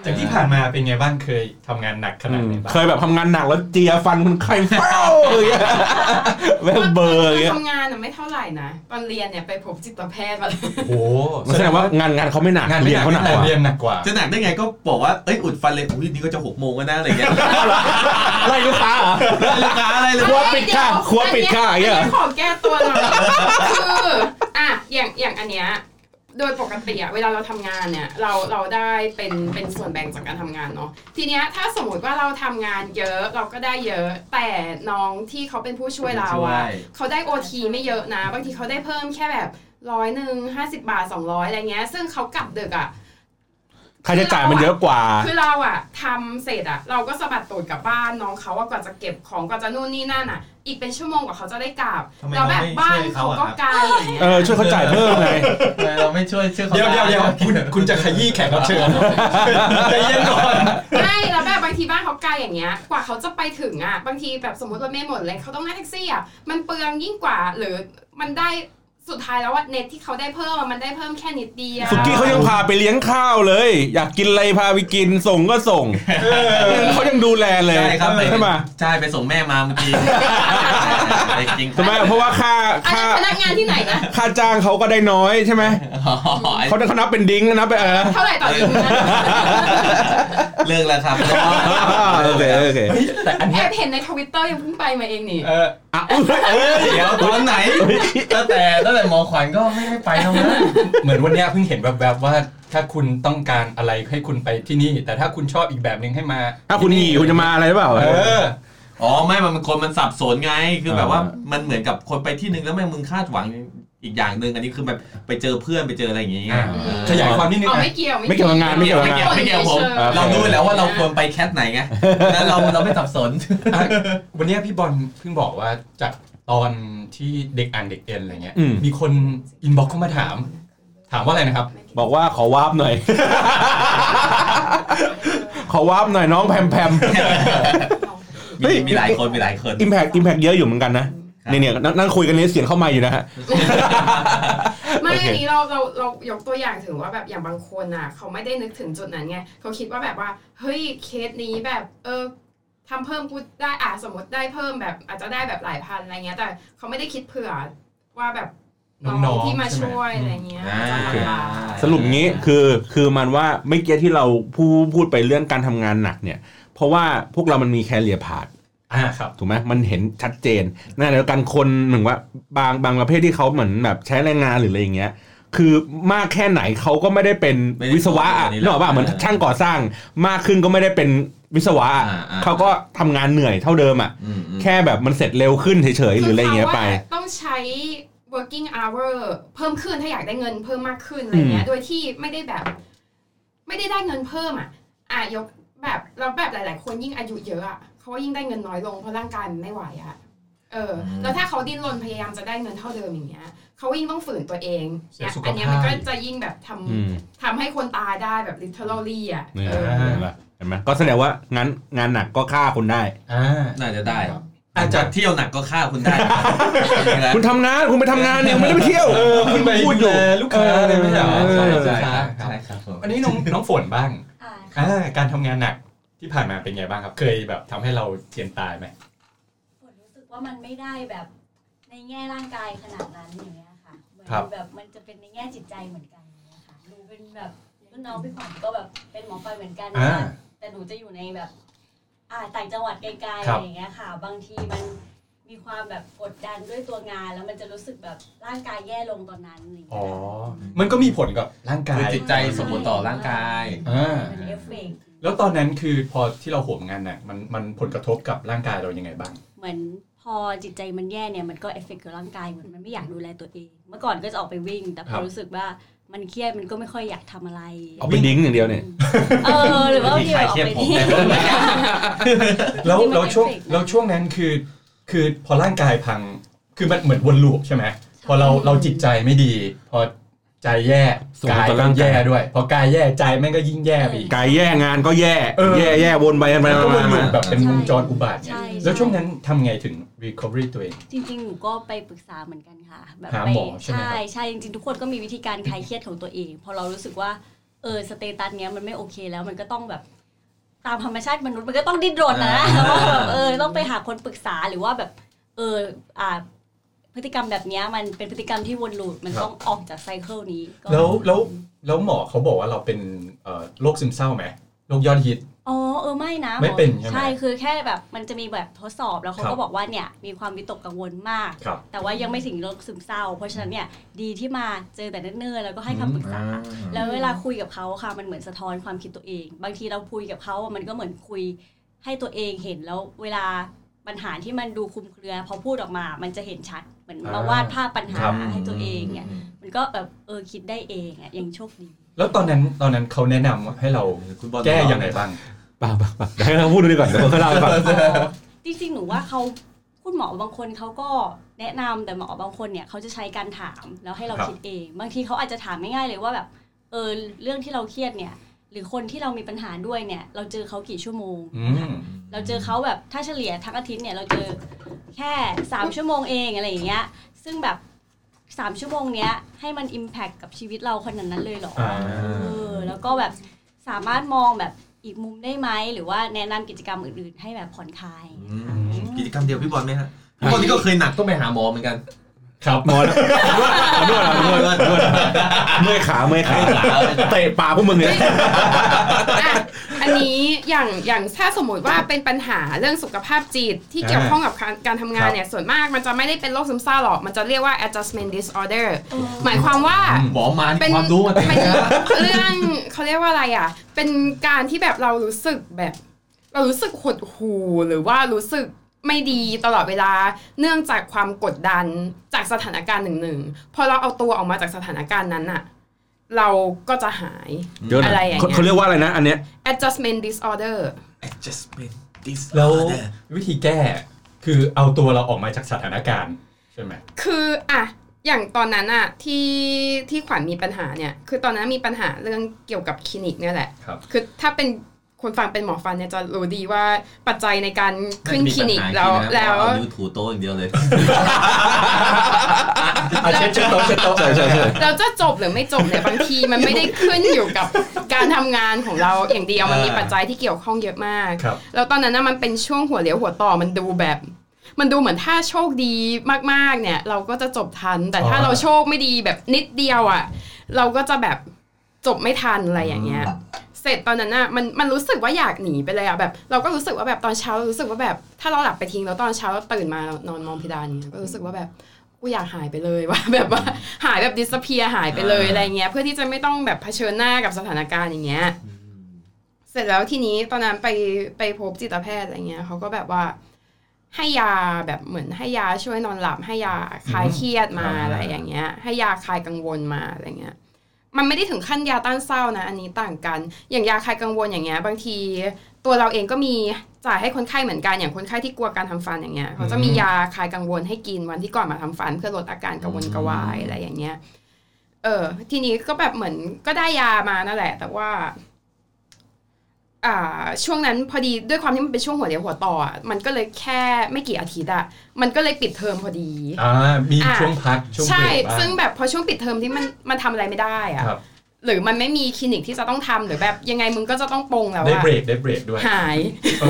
จากที่ผ่านมาเป็นไงบ้างเคยทำงานหนักขนาดไหนบ้าง เคยแบบทำงานหนักแล้วเจียฟันคนไข้เป้าอย่างเงี้ยแม่งเบลอร์อย่างเงี้ย ทำงานน่ะไม่เท่าไหร่นะ ตอนเรียนเนี่ยไปพบจิตแพทย์มาเลย โอ้โห แสดงว่างานงานเขาไม่หนักเรียนเขาหนักกว่า เรียนหนักกว่า จะหนักได้ไงก็บอกว่า เอ้ยอุดฟันเลยอุ้ยนี่ก็จะหกโมงแล้วนะอะไรเงี้ย [LAUGHS] ไล่ลูกค้าเหรอ ลูกค้าอะไรเลย ครัวปิดค่ะครัวปิดค่ะ อัน เงี้ เนี้ ย ยขอแก้ตัวหน่อย [LAUGHS] คืออ่ะอย่างอย่างอันเนี้ยโดยปกติอะเวลาเราทำงานเนี่ยเราเราได้เป็นเป็นส่วนแบ่งจากการทำงานเนาะทีเนี้ยถ้าสมมติว่าเราทำงานเยอะเราก็ได้เยอะ แต่น้องที่เขาเป็นผู้ช่วยเรา ผู้ช่ว อะ ย เขาได้โอทีไม่เยอะนะ บางทีเขาได้เพิ่มแค่แบบร้อยหนึ่งห้าสิบาทสองร้อยอะไรเงี้ย ซึ่งเขากลับดึกอ่ะ ค่าใช้จ่ายมันเยอะกว่า คือเราอ่ะทำเสร็จอ่ะ เราก็สะบัดตูดกลับบ้านน้องเขาว่ากว่าจะเก็บของกว่าจะนู่นนี่นั่นอ่ะ อีกเป็นชั่วโมงกว่าเขาจะได้กลับ ทำไม แล้วแบบ เราไม่ บ้าน ช่วย เขา เขาอะ ก็ไกล เออช่วยเขาจ่ายเพิ่มไง เราไม่ช่วยช่วยเขา เดี๋ยวเดี๋ยวเดี๋ยวคุณคุณจะขยี้แขกรับเชิญใจเย็นก่อน ไม่แล้วแบบบางทีบ้านเขาไกลอย่างเงี้ย กว่าเขาจะไปถึงอ่ะ บางทีแบบสมมติรถเมล์หมดเลยเขาต้องนั่งแท็กซี่อ่ะ มันเปลืองยิ่งกว่า หรือมันได้สุดท้ายแล้วว่าเน็ตที่เขาได้เพิ่มอะมันได้เพิ่มแค่นิดเดียว สุกี้เขายังพาไปเลี้ยงข้าวเลย อยากกินอะไรพาไปกินส่งก็ส่งเขายังดูแลเลย ใช่ครับ ใช่ไหม ใช่ไปส่งแม่มาเมื่อกี้ไปกิน ใช่ไหมเพราะว่าค่า [LAUGHS] อัน ค่า นั้นพนักงานที่ไหนนะ ค่าจ้างเขาก็ได้น้อยใช่ไหม อ๋อไอ้ เขาเขานับเป็นดิ้งนับไปเออ เท่าไหร่ต่อเดือนนะ เลิกแล้วครับ โอเค [LAUGHS] โอเค แต่อัน แอ เนี้ย บเห็นในทวิตเตอร์ยังเพิ่งไปมาเองนี่ เออ อ่ะอุ๊ยเอ้ย เดี๋ยวตอนไหนตั้งแต่ตั้งแต่หมอขวัญก็ไม่ได้ไปแล้วนะ เหมือนวันเนี้ยเพิ่งเห็นแวบๆว่าถ้าคุณต้องการอะไรให้คุณไปที่นี่ แต่ถ้าคุณชอบอีกแบบหนึ่งให้มา ถ้าคุณหนีคุณจะมาอะไรหรือเปล่า เออ อ๋อไม่มันเป็นคนมันสับสนไงคือแบบว่า อ่า มันเหมือนกับคนไปที่หนึ่งแล้วแม่งมึงคาดหวังอีกอย่างหนึ่งอันนี้คือแบบไปเจอเพื่อนไปเจออะไรอย่างงี้ไง อ่า เออ ขยายความนิดนึง อ๋อ นะ ไม่เกี่ยว ไม่เกี่ยวกับงานไม่เกี่ยวกับ ไม่ งาเกี่นยวไม่เกี่ยวผม เออ เรารู้อยู่แล้วว่าเราควรไปแคทไหนไงแล้วเราเราไม่สับสน อ่ะวันเนี้ยพี่บอลเพิ่งบอกว่าจากตอนที่เด็กอ่านเด็กเอ็นอะไรเงี้ย อืม มีคนอินบ็อกเข้ามาถาม ถามว่าอะไรนะครับ บอกว่าขอวาร์ปหน่อย ขอวาร์ปหน่อยน้องแพมแพม เฮ้ มี ย มีหลายคนมีหลายคน อิมแพกอิมแพกเยอะอยู่เหมือนกันนะเนี่ยเนี่ยนั่งนั่งคุยกันในเสียงเข้ามาอยู่นะฮะ ไม่ โอเค อันนี้เราเราเรายกตัวอย่างถึงว่าแบบอย่างบางคนอ่ะ เขาไม่ได้นึกถึงจุดนั้นไงเขาคิดว่าแบบว่า เฮ้ยเคสนี้แบบเออทำเพิ่มกูได้อ่ะสมมติได้เพิ่มแบบอาจจะได้แบบหลายพันอะไรเงี้ย แต่เขาไม่ได้คิดเผื่อว่าแบบ น้ น้ อ องง ๆ ที่มา ใช่ไหม ช่วยอะไรเงี้ย อ่า จะลำบาก สรุปงี้คือคือมันว่าไม่เกี่ยที่เราพูดพูดไปเรื่องการทำงานหนักเนี่ย เพราะว่าพวกเรามันมีแคเรียพาด อ่าครับ ถูกไหมมันเห็นชัดเจนนั่นแหละการคนหนึ่งว่าบางบางประเภทที่เขาเหมือนแบบใช้แรงงานหรืออะไรอย่างเงี้ยคือมากแค่ไหนเขาก็ไม่ได้เป็นวิศวะอะนึกออกป่ะเหมือนช่างก่อสร้าง มากขึ้นก็ไม่ได้เป็นวิศวะอะ อ่าอ่า เขาก็ทำงานเหนื่อยเท่าเดิมอ่ะ อืมอืม แค่แบบมันเสร็จเร็วขึ้นเฉยๆหรืออะไรอย่างเงี้ยไป คือขาว่าต้องใช้ working hour เพิ่มขึ้นถ้าอยากได้เงินเพิ่มมากขึ้นอะไรเงี้ย โดยที่ไม่ได้แบบ ไม่ได้ได้เงินเพิ่มอ่ะอ่ะยก แบบเราแบบหลาย ๆ คนยิ่งอายุเยอะอ่ะเขาก็ยิ่งได้เงินน้อยลงเพราะร่างกายมันไม่ไหวอ่ะเอออ ม แล้วถ้าเขาดิ้นรนพยายามจะได้เงินเท่าเดิมอย่างเงี้ยเขายิ่งต้องฝืนตัวเอง เสีย เนี่ย สุขภาพ อันเนี้ยมันก็จะยิ่งแบบทำ อืม ทำให้คนตายได้แบบ literally อ่ะ เนี่ย เออ เห็นปะเห็นไหมก็แสดงว่างั้นงานหนักก็ฆ่าคนได้ อ่า น่าจะได้ ครับ อาจจะเที่ยวหนักก็ฆ่าคุณได้ [LAUGHS] นะครับ คุณทำงานคุณไปทำงานเนี่ยไม่ได้ไปเที่ยว เออคุณไป พูดอยู่ ดูแลลูกค้าอะไรไม่ใช่เหรอ เออ ใช่ใช่ ใช่ ใช่คครับรับ ใช่ครับผม อันนี้น้องน้องฝนบ้าง อ่า อ่าการทำงานหนักที่ผ่านมาเป็นไงบ้างครับ เคยแบบทำให้เราเจียนตายไหม ฝนรู้สึกว่ามันไม่ได้แบบในแง่ร่างกายขนาดนั้นอย่างเงี้ยค่ะเหมือนแบบมันจะเป็นในแง่จิตใจเหมือนกันอย่างเงี้ยค่ะหนูเป็นแบบรุ่นน้องพี่ขวัญก็แบบเป็นหมอไฟเหมือนกันนะ อ่า คะแต่หนูจะอยู่ในแบบ อ่าต่างจังหวัดไกลๆ ครั อะ บ ไรอย่างเงี้ยค่ะ บางทีมันมีความแบบกดดันด้วยตัวงาน แล้วมันจะรู้สึกแบบร่างกายแย่ลงตอนนั้นอะไรอย่าง อ๋ เงี้ อ ย มันก็มีผลกับร่างกาย คือจิตใจส่งผลต่อร่างกาย อ่า เป็นเอฟเฟกต์ แล้วตอนนั้นคือพอที่เราโหมงานหนักมันมันผลกระทบกับร่างกายเรายังไงบ้าง เหมือนพอจิตใจมันแย่เนี่ยมันก็เอฟเฟกต์กับร่างกายเหมือนมันไม่อยากดูแลตัวเอง เมื่อก่อนก็จะออกไปวิ่ง แต่พ ครั อบ รู้สึกว่ามันเครียดมันก็ไม่ค่อยอยากทำอะไร เอาไปดิ้งอย่างเดียวเนี่ย เออหรือว่า วิธี พี่แบ คลาย บออก เครียด ไป ผม ที่ แล้ว จริงๆมัน แล้วช่วง effect นะ แล้วช่วงนั้นคือ คือพอร่างกายพัง คือมันเหมือนวนลูปใช่ไหมพอเราเราจิตใจไม่ดี พอใจแย่ ส่งผล กาย ต่อ ก็ ร่างกาย แย่ด้วย พอกายแย่ใจแม่งก็ยิ่งแย่ไปอีก กายแย่งานก็แย่ เออ แย่แย่วนไปวนไป มันก็ วน วนลูป มา แบบเป็นวงจรอุบาทไง ใช่ใช่ แล้วช่วงนั้นทำไงถึง recovery ตัวเอง จริงๆหนูก็ไปปรึกษาเหมือนกันค่ะ แบบ หา ไป หมอใช่ไหมครับ ใช่จริงๆทุกคนก็มีวิธีการคลายเครียดของตัวเอง พอเรารู้สึกว่าเออสเตตัสเนี้ยมันไม่โอเคแล้วมันก็ต้องแบบตามธรรมชาติมนุษย์มันก็ต้องดิ้นรนนะ อ่า ว่าแบบเออต้องไปหาคนปรึกษาหรือว่าแบบเอออ่าพฤติกรรมแบบเนี้ยมันเป็นพฤติกรรมที่วนลูปมันต้องออกจากไซเคิลนี้ก็ แล้วแล้วแล้วหมอเขาบอกว่าเราเป็นเอ่อโรคซึมเศร้าไหมโรคยอดฮิต อ๋อเออไม่นะ ไม่เป็นใช่ไหม ใช่คือแค่แบบมันจะมีแบบทดสอบแล้วเขา ครั ก็ บ บอกว่าเนี่ยมีความวิตกกังวลมาก ครับ แต่ว่ายังไม่ถึงโรคซึมเศร้า เพราะฉะนั้นเนี่ยดีที่มาเจอแต่เนิ่นๆแล้วก็ให้คำปรึกษา แล้วเวลาคุยกับเขาค่ะมันเหมือนสะท้อนความคิดตัวเอง บางทีเราคุยกับเขามันก็เหมือนคุยให้ตัวเองเห็นแล้วเวลาปัญหาที่มันดูคลุมเครือพอพูดออกมา มันจะเห็นชัดเหมือน อ่าม มาวาดภาพปัญหา ครับ ให้ตัวเองเนี่ยมันก็แบบเออคิดได้เองอ่ะยังโชคดี แล้วตอนนั้นตอนนั้นเขาแนะนำให้เรา คุณบอล แก้ยังไงบ้าง ป่าวป่าวป่าวเดี๋ยวให้เขาพูดดูดีก่อนเดี๋ยวเขาเล่าให้ฟัง จริงๆ หนูว่าเขาคุณหมอบางคนเขาก็แนะนำแต่หมอบางคนเนี่ยเขาจะใช้การถามแล้วให้เรา ครับ คิดเอง บางทีเขาอาจจะถามง่ายๆเลยว่าแบบเออเรื่องที่เราเครียดเนี่ย หรือคนที่เรามีปัญหาด้วยเนี่ย เราเจอเขากี่ชั่วโมง อืม เราเจอเขาแบบถ้าเฉลี่ยทั้งอาทิตย์เนี่ยเราเจอแค่สามชั่วโมงเองอะไรอย่างเงี้ยซึ่งแบบสามชั่วโมงเนี้ยให้มัน Impact กับชีวิตเราขนาดนั้นเลยเหรอ อ่า เออแล้วก็แบบสามารถมองแบบอีกมุมได้ไหมหรือว่าแนะนำกิจกรรมอื่นๆ ให้แบบผ่อนคลาย กิจกรรมเดียวพี่บอลไหมฮะพี่บอลนี่ก็เคยหนักต้องไปหาหมอเหมือนกัน ครับ หมอนนวดนวดนวดนวดเมื่อยขาเมื่อยขาเตะปากพวกมึงเนี่ย [LAUGHS] อ่ะอันนี้อย่างอย่างถ้าสมมติว่าเป็นปัญหาเรื่องสุขภาพจิตที่เกี่ยวข้องกับการการทำงานเนี่ยส่วนมากมันจะไม่ได้เป็นโรคซึมเศร้าหรอก มันจะเรียกว่า adjustment disorder หมายความว่า หมอมา เป็ นี่ น ความรู้มาเต็ม เป็น นะ เรื่องเขาเรียกว่าอะไรอ่ะ เป็นการที่แบบเรารู้สึกแบบ เรารู้สึกหดหู่หรือว่ารู้สึกไม่ดีตลอดเวลา เนื่องจากความกดดันจากสถานการณ์หนึ่งหนึ่งๆพอเราเอาตัวออกมาจากสถานการณ์นั้นอะเราก็จะหาย เดี๋ยวนะ อะไรอย่างเงี้เขายเขาเรียกว่าอะไรนะ อันเนี้ย adjustment disorder adjustment แล้ว disorder วิธีแก้คือเอาตัวเราออกมาจากสถานการณ์ใช่ไหม คืออ่ะอย่างตอนนั้นอะที่ที่ขวัญมีปัญหาเนี่ย คือตอนนั้นมีปัญหาเรื่องเกี่ยวกับคลินิกเนี่ยแหละ ครับ คือถ้าเป็นคนฟังเป็นหมอฟันเนี่ยจะรู้ดีว่าปัจจัยในการขึ้นคลินิก มัมี แล้ว ปัญหา แล้ว เอานิ้วถูโต๊ะอย่างเดียวเลย อ่ะเช็ดเช็ดโต๊ะเช็ดโต๊ะ ใช่ใช่ใช่ เราจะจบหรือไม่จบเนี่ยบางทีมันไม่ได้ขึ้นอยู่กับการทำงานของเราอย่างเดียวมันมีปัจจัยที่เกี่ยวข้องเยอะมาก ครับ แล้วตอนนั้นนะมันเป็นช่วงหัวเลี้ยวหัวต่อมันดูแบบ มันดูเหมือนถ้าโชคดีมากๆเนี่ย เราก็จะจบทัน แต่ถ้า อ๋อ เราโชคไม่ดีแบบนิดเดียวอะ่ะ เราก็จะแบบจบไม่ทันอะไรอย่างเงี้ย เสร็จตอนนั้นน่ะมันมันรู้สึกว่าอยากหนีไปเลยอะแบบ เราก็รู้สึกว่าแบบตอนเช้าเรารู้สึกว่าแบบ ถ้าเราหลับไปทิ้งแล้วตอนเช้าเราตื่นมาเรานอนมองเพดานอย่างเงี้ยก็รู้สึกว่าแบบกูอยากหายไปเลยว่า [LAUGHS] แบบว่าหายแบบดิสเพียหายไปเลย อ่า อะไรเงี้ยเพื่อที่จะไม่ต้องแบบเผชิญหน้ากับสถานการณ์อย่างเงี้ย เสร็จแล้วทีนี้ตอนนั้นไปไปพบจิตแพทย์อะไรเงี้ยเขาก็แบบว่าให้ยาแบบเหมือนให้ยาช่วยนอนหลับให้ยาคลายเครียดมา อ่า อะไรอย่างเงี้ย ให้ยาคลายกังวลมาอะไรเงี้ย มันไม่ได้ถึงขั้นยาต้านเศร้านะ อันนี้ต่างกัน อย่างยาคลายกังวลอย่างเงี้ยบางที ตัวเราเองก็มีจ่ายให้คนไข้เหมือนกันอย่างคนไข้ที่กลัวการทำฟันอย่างเงี้ยเขาจะมียาคลายกังวลให้กินวันที่ก่อนมาทำฟัน เพื่อลดอาการกังวลกระวายอะไรอย่างเงี้ยเออ ทีนี้ก็แบบเหมือนก็ได้ยามานั่นแหละ แต่ว่า อ่า ช่วงนั้นพอดีด้วยความที่มันเป็นช่วงหัวเดียวหัวต่ออะมันก็เลยแค่ไม่กี่อาทิตย์อะมันก็เลยปิดเทอมพอดี อ่ามี อ่ะ ช่วงพักช่วงเบร ใช่ กบ้าง ซึ่งแบบพอช่วงปิดเทอมที่มันมันทำอะไรไม่ได้อะ ครับ หรือมันไม่มีคลินิกที่จะต้องทำหรือแบบยังไงมึงก็จะต้องปรงแล้ว ได้ อะ เบรกได้เบรกด้วย หาย [LAUGHS] เอ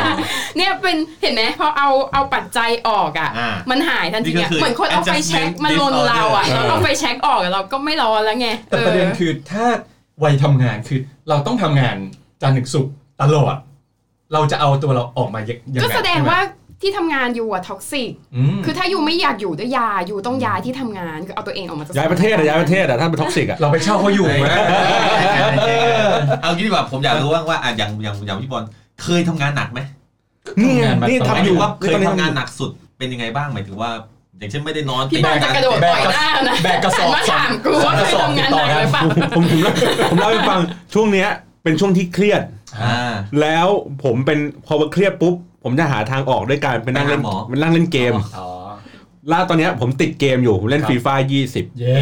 อ เนี่ยเป็นเห็นไหมพอเอาเอาปัจจัยออกอ่ะ อ่า มันหายทันที นี่ก็ อะ คือ เหมือนคนเอาไฟแช็ก adjustment มาลนเราอ่ะ disorder เราเอาไฟแช็กออกอะเราก็ไม่ร้อนแล้วไง แต่ประเด็นคือถ้าวัยทำงานคือเราต้องทำงานจันทร์ถึงศุกร์ตลอด เราจะเอาตัวเราออกมายัง เอ ยั อง ก็ ไง แสดง ใช่ไหม ว่าที่ทำงานอยู่อะท็อกซิก อืม คือถ้าอยู่ไม่อยากอยู่ด้วยยาอยู่ต้องย้ายที่ทำงานคือเอาตัวเองออกมาจาก ย้ายประเทศอะย้ายประเทศอะถ้าเป็นท็อกซิกอะ เราไปเช่าเขาอยู่ไหม เอางี้ดีกว่าผมอยากรู้ว่าว่าอ่ะอย่างอย่างอย่างพี่บอลเคยทำงานหนักไหม นี่ไง ทำงานมา นี่ หมาย ทำอ ถึ ยู่ งว่าเคย นี่ต ทำ อ งานหนักสุดเป็นยังไงบ้างหมายถึงว่า อย่างเช่นไม่ได้นอน พี่บอลจะกระโดด แบก ต่อยหน้านะ แบกกระสอบ หันมาถามกูว่า สองก เค ระสอบติดต่อยทำงานหนัก กัน หรือเปล่า ผมผมเล่าผมเล่าให้ฟังช่วงเนี้ยเป็นช่วงที่เครียด อ่า แล้วผมเป็นพอเครียดปุ๊บ ผมจะหาทางออกด้วยการไปนั่งเล่น ไปหาหมอ ไปนั่งเล่นเกม อ๋อ ล่าตอนเนี้ยผมติดเกมอยู่ผมเล่น ครับ ฟีฟ่ายี่สิบ เย้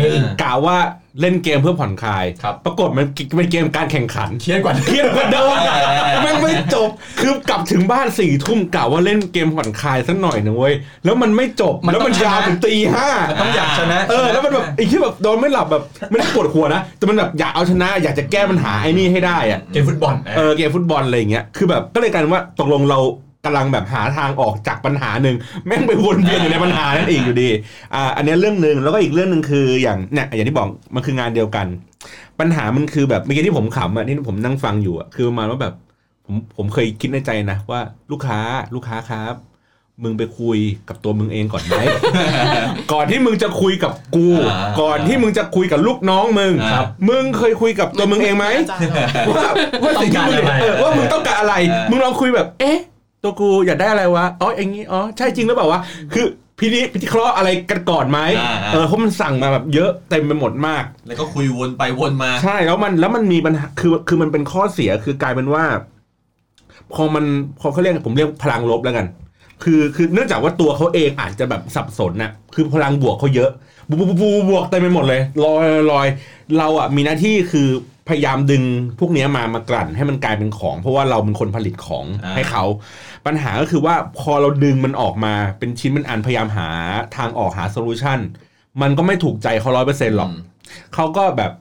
กะว่าเล่นเกมเพื่อผ่อนคลาย ครับ ปรากฏมันเป็นเกมการแข่งขัน เครียดกว่า เครียดกว่าเดิมแม่งไม่จบ คือกลับถึงบ้านสี่ทุ่มกะว่าเล่นเกมผ่อนคลายสักหน่อยหนึงเว้ย แล้วมันไม่จบ แล้วมันยาวถึงตีห้า มันต้องอยากชนะ เอ [LAUGHS] อแล้วมันแบบไอ้ที่แบบโดนไม่หลับแบบไม่ได้ปวดหัวนะ แต่มันแบบอยากเอาชนะ อยากจะแก้ปัญหาไอ้นี่ให้ได้อะ เกมฟุตบอลนะ เออเกมฟุตบอลอะไรอย่างเงี้ยคือแบบก็เลยกลายเป็นว่าตกลงเรากำลังแบบหาทางออกจากปัญหาหนึ่งแม่งไปวนเวียนอยู่ในปัญหานั่นเองอยู่ดีอ่าอันเนี้ยเรื่องหนึ่งแล้วก็อีกเรื่องหนึ่งคืออย่างเนี่ยอย่างที่บอกมันคืองานเดียวกัน ปัญหามันคือแบบเมื่อกี้ที่ผมขำอ่ะที่ผมนั่งฟังอยู่อ่ะคือประมาณว่าแบบผมผมเคยคิดในใจนะว่าลูกค้าลูกค้าครับ มึงไปคุยกับตัวมึงเองก่อนไหม [LAUGHS] ก่อนที่มึงจะคุยกับกู อ่า ก่อนที่มึงจะคุยกับลูกน้องมึง ครับ มึงเคยคุยกับตัวมึงเองไหมว่าว่าสิ่งที่มึงเออว่ามึงต้องการอะไร มึงลองคุยแบบ เอ๊ะ ตัวกูอยากได้อะไรวะ อ๋ออย่างนี้ อ๋อ ใช่จริงหรือเปล่าวะ คือพินิจพิจเคราะห์อะไรกันก่อนไหม อ่าอ่า เออ เพราะมันสั่งมาแบบเยอะเต็มไปหมดมาก แล้วก็คุยวนไปวนมา ใช่แล้วมันแล้วมันมีปัญหาคือคือมันเป็นข้อเสียคือกลายเป็นว่าพอมันพอเขาเรียกผมเรียกพลังลบแล้วกัน คือคือเนื่องจากว่าตัวเขาเองอาจจะแบบสับสนน่ะคือพลังบวกเขาเยอะบวกบวกบวกบวกเต็มไปหมดเลยลอยลอยเราอ่ะมีหน้าที่คือพยายามดึงพวกเนี้ยมามากลั่น ให้มันกลายเป็นของ เพราะว่าเราเป็นคนผลิตของ อ่า ให้เขา ปัญหาก็คือว่าพอเราดึงมันออกมาเป็นชิ้นเป็นอันพยายามหาทางออกหาโซลูชันมันก็ไม่ถูกใจเขาร้อยเปอร์เซ็นต์หรอก เขาก็แบบ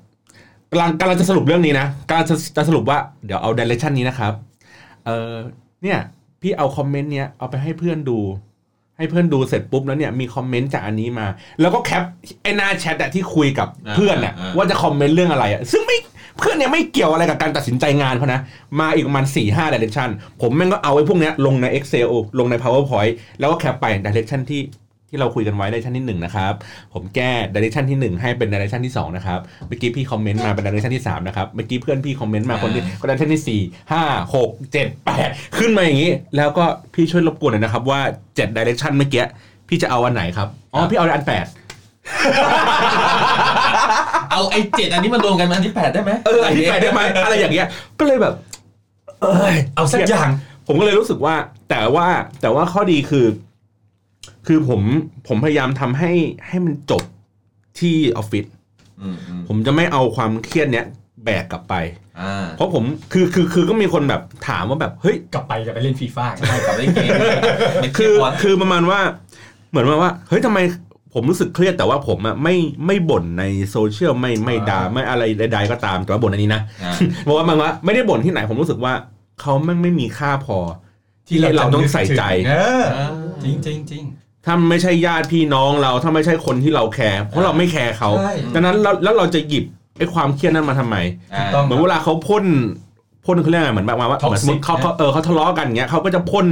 กำลังกำลังจะสรุปเรื่องนี้นะกำลังจะจะสรุปว่าเดี๋ยวเอาเดเรคชันนี้นะครับ เออเนี่ย พี่เอาคอมเมนต์เนี้ยเอาไปให้เพื่อนดู ให้เพื่อนดูเสร็จปุ๊บแล้วเนี่ยมีคอมเมนต์จากอันนี้มา แล้วก็แคปไอ้หน้าแชทอะที่คุยกับ อ่า เพื่อนอะ อ่า ว่าจะคอมเมนต์เรื่องอะไรอะซึ่งไม่เพื่อนเนี่ยไม่เกี่ยวอะไรกับการตัดสินใจงานเขานะ มาอีกประมาณ4ี่ห้าเดเรคชันผมแม่งก็เอาไอ้พวกเนี้ยลงใน Excel ลงใน PowerPoint แล้วก็แคปไปเดเรคชันที่ที่เราคุยกันไว้เดเรคชันที่หนึ่งนะครับ ผมแก้ดิเรกชันที่ 1 ให้เป็นดิเรกชันที่ 2 นะครับ เมื่อกี้พี่คอมเมนต์มาเป็นดิเรกชันที่ 3 นะครับ เมื่อกี้เพื่อนพี่คอมเมนต์มาคนที่ก็ดิเรกชันที่ 4 5 6 7 8 ขึ้นมาอย่างนี้ แล้วก็พี่ช่วยรบกวนหน่อยนะครับ ว่า7ดิเรกชันเมื่อกี้พี่จะเอาอันไหนครับ อ๋อ พี่เอาอัน 8 เอาไอ้เจ็ดอันนี้มารวมกันมาอันที่แปดได้ไหม เอออันที่8ได้ไหมอะไรอย่างเงี้ยก็เลยแบบ เอย เอาสักอย่าง ผมก็เลยรู้สึกว่า แต่ว่าแต่ว่าข้อดีคือ คือผมผมพยายามทำให้ให้มันจบที่ออฟฟิศ อืมอืม ผมจะไม่เอาความเครียดเนี้ยแบกกลับไป อ่า เพราะผมคือคือคือก็มีคนแบบถามว่าแบบเฮ้ย กลับไปจะไปเล่นฟีฟ่า ใช่กลับไปเล่นเกมไม่เก คื ม อบ อล คือประมาณว่า เหมือนประมาณว่าเฮ้ยทำไมผมรู้สึกเครียดแต่ว่าผมอะไม่ไม่บ่นในโซเชียลไม่ไม่ด่าไม่อะไรใดๆก็ตามแต่ว่าบ่นอันนี้นะ [LAUGHS] อ่า บอกว่ามันว่าไม่ได้บ่นที่ไหนผมรู้สึกว่าเขาแม่งไม่มีค่าพอ ที่เราต้องใส่ใจ เออ เออ จริงจริงจริง ถ้าไม่ใช่ญาติพี่น้องเราถ้าไม่ใช่คนที่เราแคร์เพราะเราไม่แคร์เขา ใช่ ดังนั้นเราแล้วเราจะหยิบไอ้ความเครียดนั้นมาทำไม อ่า ต้อง เหมือนเวลาเขาพ่นพ่นเขาเรียกอะไรเหมือนแบบว่าเหมือ Toxic นสมมติเขาเขาเออเขาทะเลาะกันอย่างเงี้ยเขาก็จะพ่น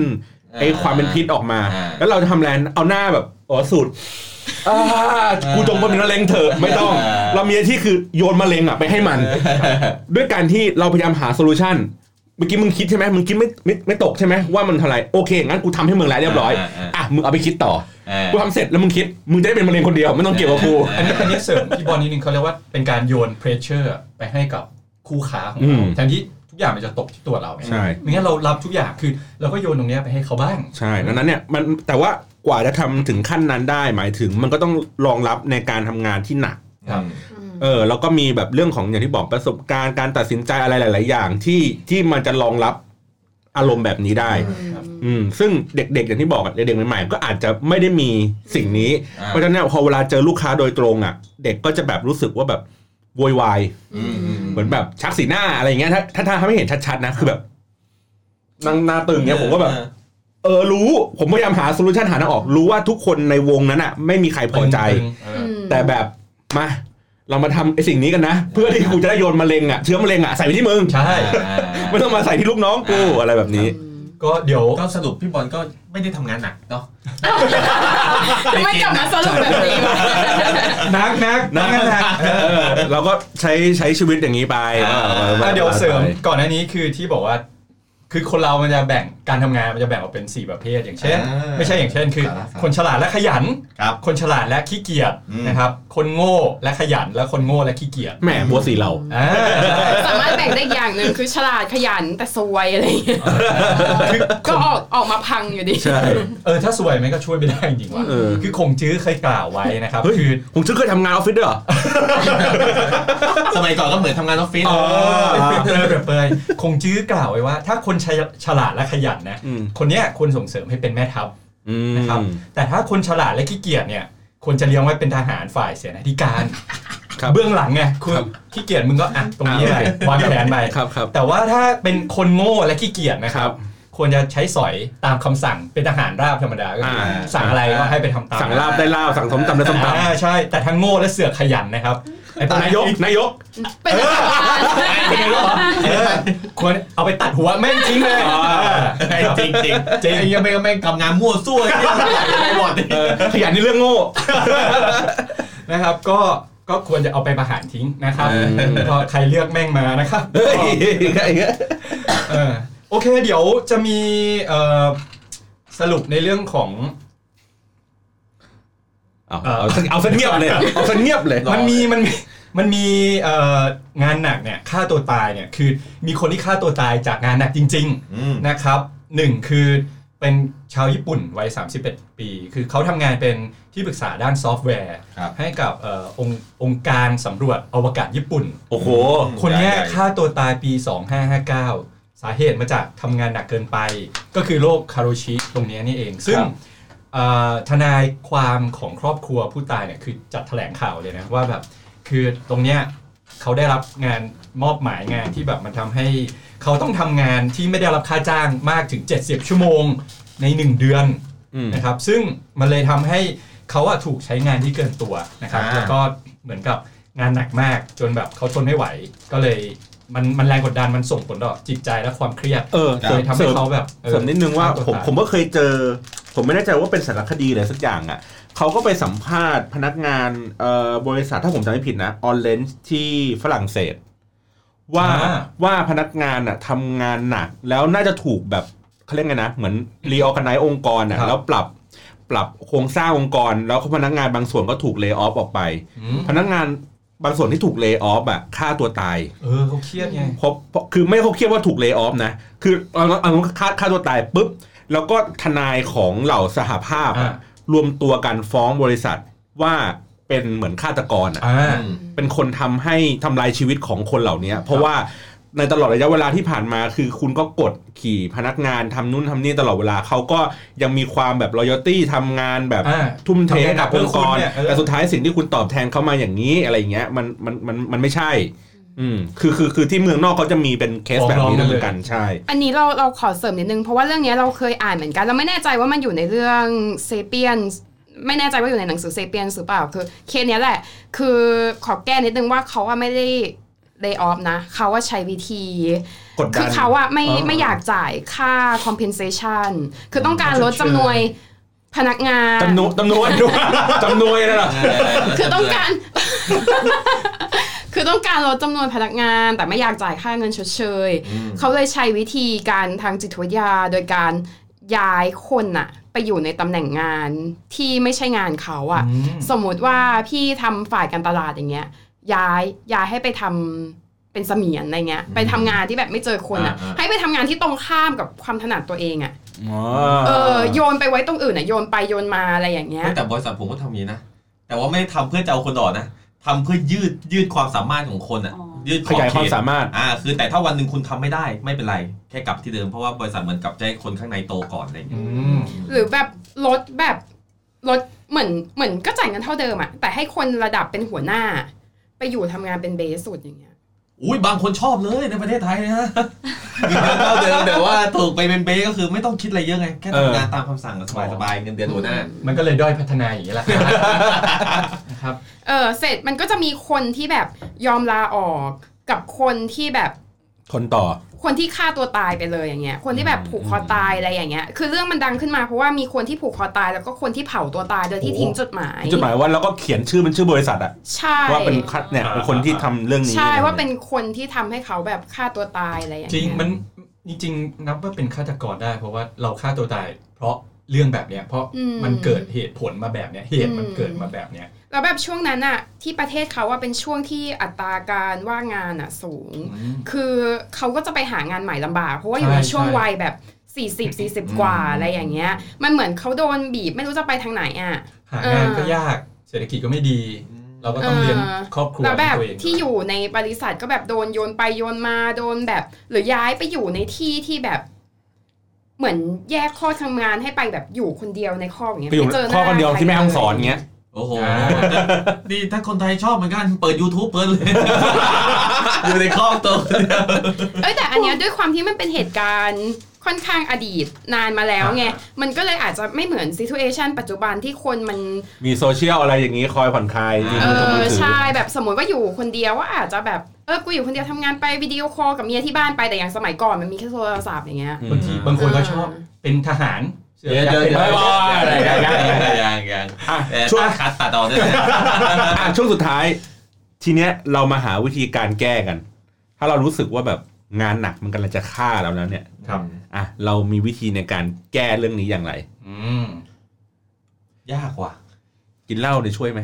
ไอ้ความเป็นพิษออกมา อ่า แล้วเราจะทำแลนเอาหน้าแบบอ๋อสูตรอ่ากูจงเป็นมะเร็งเถอะไม่ต้อง อ่า เรามีหน้าที่คือโยนมะเร็งอ่ะไปให้มัน ด้วยการที่เราพยายามหาโซลูชัน เมื่อกี้มึงคิดใช่ไหมมึงคิดไม่ไม่ไม่ตกใช่ไหมว่ามันเท่าไหร่โอเคงั้นกูทำให้มึงแล้วเรียบร้อย อ่าอ่า อ่ะมึงเอาไปคิดต่อ เออ กูทำเสร็จแล้วมึงคิดมึงจะได้เป็นมะเร็งคนเดียวไม่ต้องเกี่ยวกับกู เ อันนี้อันนี้เสริมพี่บอลนิดนึงเขาเรียกว่าเป็นการโยนเพรสเชอร์ไปให้กับคู่ค้าของ อื เรา ม แทนที่ทุกอย่างมันจะตกที่ตัวเราไง ใช่ ไม่งั้นเรารับทุกอย่างคือเราก็โยนตรงเนี้ยไปให้เขาบ้าง [LAUGHS] ใช่ดังนั้นเนี่ยมันแต่ว่ากว่าจะทำถึงขั้นนั้นได้ หมายถึงมันก็ต้องรองรับในการทำงานที่หนัก ครับ อืม เออแล้วก็มีแบบเรื่องของอย่างที่บอกประสบการณ์การตัดสินใจอะไรหลาย ๆ อย่างที่ที่มันจะรองรับอารมณ์แบบนี้ได้ ครับ อืมซึ่งเด็ก ๆ อย่างที่บอกอะเด็ก ๆ ใหม่ ๆ ก็อาจจะไม่ได้มีสิ่งนี้ อ่า เพราะฉะนั้นเนยพอเวลาเจอลูกค้าโดยตรงอ่ะ เด็กก็จะแบบรู้สึกว่าแบบโวยวาย อืม เหมือนแบบชักสีหน้าอะไรอย่างเงี้ยถ้าถ้าถ้าไม่เห็นชัด ๆ นะคือแบบนั่งหน้าตึงเงี้ยผมก็แบบ เออรู้ ผมพยายามหาโซลูชันหาทางออกรู้ว่าทุกคนในวงนั้นอ่ะ ไม่มีใครพอใจ เออ แต่แบบมา เรามาทำไอ้สิ่งนี้กันนะ เพื่อที่กูจะได้โยนมะเร็งอ่ะเชื้อมะเร็งอ่ะใส่ไปที่มึง ใช่ ใช่า ไม่ต้องมาใส่ที่ลูกน้องกูอะไรแบบนี้ อืม ก็เดี๋ยว ก็สรุปพี่บอลก็ไม่ได้ทำงานหนักเนาะ ทำไม่กลับมาสรุปแบบนี้วะ นักนักนักนัก เออ เราก็ใช้ใช้ชีวิตอย่างนี้ไป อ่า ออ อ่ะเดี๋ยวเสริม ไป ก่อนหน้านี้คือที่บอกว่า คือคนเรามันจะแบ่งการทำงานมันจะแบ่งออกเป็น 4 ประเภท อย่างเช่น อ่า ไม่ใช่อย่างเช่นคือ สาระสาระ คนฉลาดและขยัน ครับ คนฉลาดและขี้เกียจ อืม นะครับ คนโง่และขยันและคนโง่และขี้เกียจ แหมบัวสีเรา อ่า สามารถแบ่งได้อีกอย่างหนึ่งคือฉลาดขยันแต่ซวยอะไรอย่างเงี้ย คือ ก็ออกออกมาพังอยู่ดี ใช่ เออถ้าสวยไหมก็ช่วยไม่ได้จริงๆว่ะ เออ คือคงจื้อเคยกล่าวไว้นะครับ เฮ้ย คือ ผมชื่อเคยทำงานออฟฟิศด้วยเหรอ สมัยก่อนก็เหมือนทำงานออฟฟิศ เออเปรยๆเปรยๆคงจื้อกล่าวไว้ว่า ถ้าคนฉลาดและขยันนะ อืม คนเนี้ยควรส่งเสริมให้เป็นแม่ทัพ อืม นะครับแต่ถ้าคนฉลาดและขี้เกียจเนี่ยควรจะเลี้ยงไว้เป็นทหารฝ่ายเสนาธิการ ครับ เบื้องหลังไงคุณ ครับ ขี้เกียจมึงก็อ่ะตรงนี้ อ่า ไป โอเค วางแผนไป ครับครับ แต่ว่าถ้าเป็นคนโง่และขี้เกียจนะครับ ควรจะใช้สอยตามคำสั่งเป็นทหารราบธรรมดาก็คืออา สั่งอะไรก็ให้ไปทำตาม สั่งลาบได้ลาบสั่งสมตำได้สมต อ่าใช่ แต่ทั้งโง่และเสือกขยันนะครับไอ้พว ำนายกนายก เป็นรัฐบาล เออควรเอาไปตัดหัวแม่งทิ้งเลย ไอ้จริงจริง จริง ไอ้ยังไม่ก็แม่งทำงานมั่วซั่วไอ้บอด เออขยันในเรื่องโง่ นะครับก็ก็ควรจะเอาไปประหารทิ้งนะครับ อืม ก็ใครเลือกแม่งมานะครับ เฮ้ย เออโอเคเดี๋ยวจะมีเอ่อสรุปในเรื่องของ เอาเอาเอาซะเงียบเลยเอาซะเงียบเลย มันมีมันมีมันมีเอ่องานหนักเนี่ยฆ่าตัวตายเนี่ยคือมีคนที่ฆ่าตัวตายจากงานหนักจริง ๆนะครับหนึ่งคือเป็นชาวญี่ปุ่นวัย 31 ปี คือเขาทำงานเป็นที่ปรึกษาด้านซอฟต์แวร์ ให้กับเอ่อองค์องค์การสำรวจอวกาศญี่ปุ่น โอ้โห คนเนี้ยฆ่าตัวตายปี 2559 สาเหตุมาจากทำงานหนักเกินไป ก็คือโรคคาโรชิตรงเนี้ยนี่เอง ซึ่ง ครับ เอ่อทนายความของครอบครัวผู้ตายเนี่ยคือจัดแถลงข่าวเลยนะ ว่าแบบคือตรงเนี้ยเขาได้รับงานมอบหมายงานที่แบบมันทำให้ เขาต้องทำงานที่ไม่ได้รับค่าจ้างมากถึง 70 ชั่วโมงใน 1 เดือน อืม นะครับซึ่งมันเลยทำให้เขาอะถูกใช้งานที่เกินตัวนะครับ อ่า แล้วก็เหมือนกับงานหนักมากจนแบบเขาทนไม่ไหว ก็เลยมันมันแรงกดดันมันส่งผลต่อจิตใจและความเครียด เออ เลยทำ เส ให้ ริม เขาแบบออ เสริมนิดนึงว่า ฆ่ ผม ตัวตย ผมก็เคยเจอ ผมไม่แน่ใจว่าเป็นสารคดีอะไรสักอย่างอ่ะเขาก็ไปสัมภาษณ์พนักงานเอ่อบริษัทถ้าผมจำไม่ผิดนะออนเลนที่ฝรั่งเศส ว่า า ว่าพนักงานอ่ะทำงานหนัก แล้วน่าจะถูกแบบเขาเรียกไงนะ เหมือนรีออ a n ไนองค์กรอ่ะ ครับ แล้วปรับปรับโครงสร้างองค์กร แล้วพนักงานบางส่วนก็ถูกเลิกออฟออกไป อืม พนักงานบางส่วนที่ถูกเลิกออฟอ่ะฆ่าตัวตาย เออเขาเครียดไง เพราะเพราะคือไม่เขาเครียดว่าถูกเล y o อ f นะ คือเอาเอาค่าค่าตัวตายปุ๊บ แล้วก็ทนายของเหล่าสหภาพอะ อ่า รวมตัวกันฟ้องบริษัทว่าเป็นเหมือนฆาตกรอะ อ่า เป็นคนทำให้ทำลายชีวิตของคนเหล่านี้ เพราะว่าในตลอดระยะเวลาที่ผ่านมา คือคุณก็กดขี่พนักงานทำนู่นทำนี่ตลอดเวลาเขาก็ยังมีความแบบรอยัลตี้ทำงานแบบ อ่า ทุ่มเทให้กับองค์กร เนี่ยเออ แต่สุดท้ายสิ่งที่คุณตอบแทนเขามาอย่างนี้อะไรอย่างเงี้ยมันมันมันมันไม่ใช่ อืมคือคือคือที่เมืองนอกเขาจะมีเป็นเคสแบบนี้ด้วยเหมือนกันใช่ อันนี้เราเราขอเสริมนิดนึง เพราะว่าเรื่องเนี้ยเราเคยอ่านเหมือนกัน เราไม่แน่ใจว่ามันอยู่ในเรื่องเซเปียนไม่แน่ใจว่าอยู่ในหนังสือเซเปียนหรือเปล่า คือเคสเนี้ยแหละ คือขอแก้นิดนึงว่าเขาอะไม่ได้เล y o ออฟนะ เขาว่าใช้วิธี กดดัน คือเขาอะไม่ เออ ไม่อยากจ่ายค่า compensation คือต้องการลดจำนวนพนักงาน จำ [LAUGHS] [LAUGHS] นวนจำนวน จำนวนนะเหรอ คือต้องการ คือต้องการลดจำนวนพนักงาน แต่ไม่อยากจ่ายค่าเงินชดเชย อืม เขาเลยใช้วิธีการทางจิตวิทยาโดยการย้ายคนน่ะ ไปอยู่ในตำแหน่งงานที่ไม่ใช่งานเขาอะสมมุติว่าพี่ทำฝ่ายการตลาดอย่างเงี้ย ย้ายย้ายให้ไปทำเป็นเสมียนอะไรเงี้ย ไปทำงานที่แบบไม่เจอคนอะ อ่าๆ ให้ไปทำงานที่ตรงข้ามกับความถนัดตัวเองอะ อ๋อ เออโยนไปไว้ตรงอื่นอะโยนไปโยนมาอะไรอย่างเงี้ย เฮ้ยแต่บริษัทผมก็ทำอย่างนี้นะ แต่ว่าไม่ได้ทำเพื่อจะเอาคนออกนะทำเพื่อยืดยืดความสามารถของคนอ่ะ อ๋อ ยืด ขยาย ข ค อบ วาม เขต สามารถ อ่า คือแต่ถ้าวันหนึ่งคุณทำไม่ได้ไม่เป็นไร แค่กลับที่เดิมเพราะว่าบริษัทเหมือนกับจะให้คนข้างในโตก่อนอะไรอย่างเงี้ย หรือแบบลดแบบลดเหมือนเหมือนก็จ่ายเงินเท่าเดิมอะแต่ให้คนระดับเป็นหัวหน้า ไปอยู่ทำงานเป็นเบสสุดอย่างเงี้ย อุ้ยบางคนชอบเลยในประเทศไทยนะเงินเท่าเดิมแต่ว่าถูกไปเป็นเบสก็คือไม่ต้องคิดอะไรเยอะไง แค่ทำงานตามคำสั่งสบายสบายๆเงินเดือนหัวหน้า มันก็เลยด้อยพัฒนาอย่างนี้แหละครับ เออเสร็จมันก็จะมีคนที่แบบยอมลาออกกับคนที่แบบ คนต่อ คนที่ฆ่าตัวตายไปเลยอย่างเงี้ย คนที่แบบผูกคอตายอะไรอย่างเงี้ย คือเรื่องมันดังขึ้นมาเพราะว่ามีคนที่ผูกคอตายแล้วก็คนที่เผาตัวตายโดยที่ โอ้ ทิ้งจดหมาย จดหมายว่าแล้วก็เขียนชื่อเป็นชื่อบริษัทอะ ใช่ ว่าเป็นคัดเนี่ยเป็นคนที่ทำเรื่องนี้ ใช่ว่าเป็นคนที่ทำให้เขาแบบฆ่าตัวตายอะไรอย่าง จริง เงี้ย มันจริงๆนับว่าเป็นฆาตกรได้ เพราะว่าเราฆ่าตัวตาย เพราะเรื่องแบบเนี้ยเพราะ อืม มันเกิดเหตุผลมาแบบเนี้ยเหตุมัน อืม เกิดมาแบบเนี้ย แล้วแบบช่วงนั้นอะที่ประเทศเขาว่าเป็นช่วงที่อัตราการว่างงานอะสูง คือเขาก็จะไปหางานใหม่ลำบาก เพราะว่าอยู่ ใช่ ในช่วง ใช่ วัยแบบ 40 40 กว่าอะไรอย่างเงี้ย มันเหมือนเขาโดนบีบไม่รู้จะไปทางไหนอะ หางาน เออ ก็ยากเศรษฐกิจก็ไม่ดี เราก็ต้องเลี้ยงครอบครัว แล้วแบบ ตัวเอง ที่อยู่ในบริษัทก็แบบโดนโยนไปโยนมาโดนแบบ หรือย้ายไปอยู่ในที่ที่แบบ เหมือนแยกข้อทำงานให้ไปแบบอยู่คนเดียวในข้ออย่างเงี้ย ไปอยู่ ม่เจหา ข้อคนเดียวที่แม่ห้องสอนเงี้ย โอ้โหนี่ถ้าคนไทยชอบเหมือนกัน เปิด YouTube เปิดเลย อยู่ในครอบตัว เอ้ยแต่อันเนี้ยด้วยความที่มันเป็นเหตุการณ์ค่อนข้างอดีตนานมาแล้วไงมันก็เลยอาจจะไม่เหมือนซีทูเอชันปัจจุบันที่คนมัน มีโซเชียลอะไรอย่างนี้คอยผ่อนคลายมี เอ มือถือ อ มือถือ ใช่แบบสมมติว่าอยู่คนเดียวว่าอาจจะแบบเออกูอยู่คนเดียวทำงานไปวิดีโอคอลกับเมียที่บ้านไปแต่อย่างสมัยก่อนมันมีแค่โทรศัพท์อย่างเงี้ย บางทีบางคนก็ชอบ เออ เป็นทหารเสือกอยาก เดี๋ยว เป็น เดี๋ยทวเดี๋ยว หาร อะไรอย่างเงี้ย อ่ะ ช่ ช่ ว ว ง ง คัดตัดออกได้ไหม อ่ะช่วงสุดท้าย ทีเนี้ยเรามาหาวิธีการแก้กัน ถ้าเรารู้สึกว่าแบบงานหนักมันกำลังจะฆ่าเราแล้วเนี่ย ครับ อ่ะเรามีวิธีในการแก้เรื่องนี้อย่างไร อืม ยากว่ะ กินเหล้าได้ช่วยไหม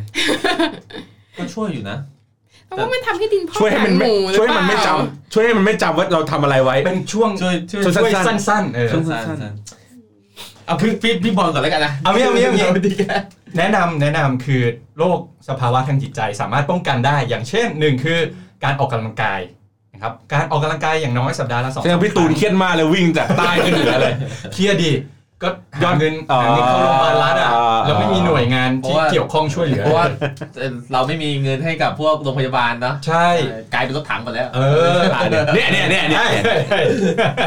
ก็ช่วยอยู่นะ เพราะว่ามันทำให้ดินพอก ช่วยให้มัน [LAUGHS] ห ไม่ มูหรือ ช่วย เป ให้มันไม่จำ ล่า ช่วยให้มันไม่จำว่าเราทำอะไรไว้ เป็นช่วง ช่วยช่วย ช่ ช่ ว วย ย สั้น สั้นๆเออ ช่วง เอาพี่พี่พี่บอลก่อนแล้วกันนะ เอาเนี่ยเอาเนี่ยเอาเนี่ย แนะนำแนะนำคือโรคสภาวะทางจิตใจสามารถป้องกันได้ อย่างเช่นหนึ่งคือการออกกำลังกายนะครับการออกกำลังกายอย่างน้อยสัปดาห์ละสอง แสดงว่าพี่ตูนเครียดมากเลยวิ่งจากใต้ขึ้นเหนือเลย เครียดดิก็ ย ย อ อดดเงิน อ๋อ หาเงินเข้าโรงพยาบาลรัฐอ่ะ อ๋อ แล้วไม่มีหน่วยงานที่เกี่ยวข้องช่วยเหลือ เพราะว่าเอ่อเราไม่มีเงินให้กับพวกโรงพยาบาลเนาะ ใช่ กลายเป็นรถถังไปแล้ว เออ ตายเลย เนี่ยเนี่ยเนี่ยเนี่ย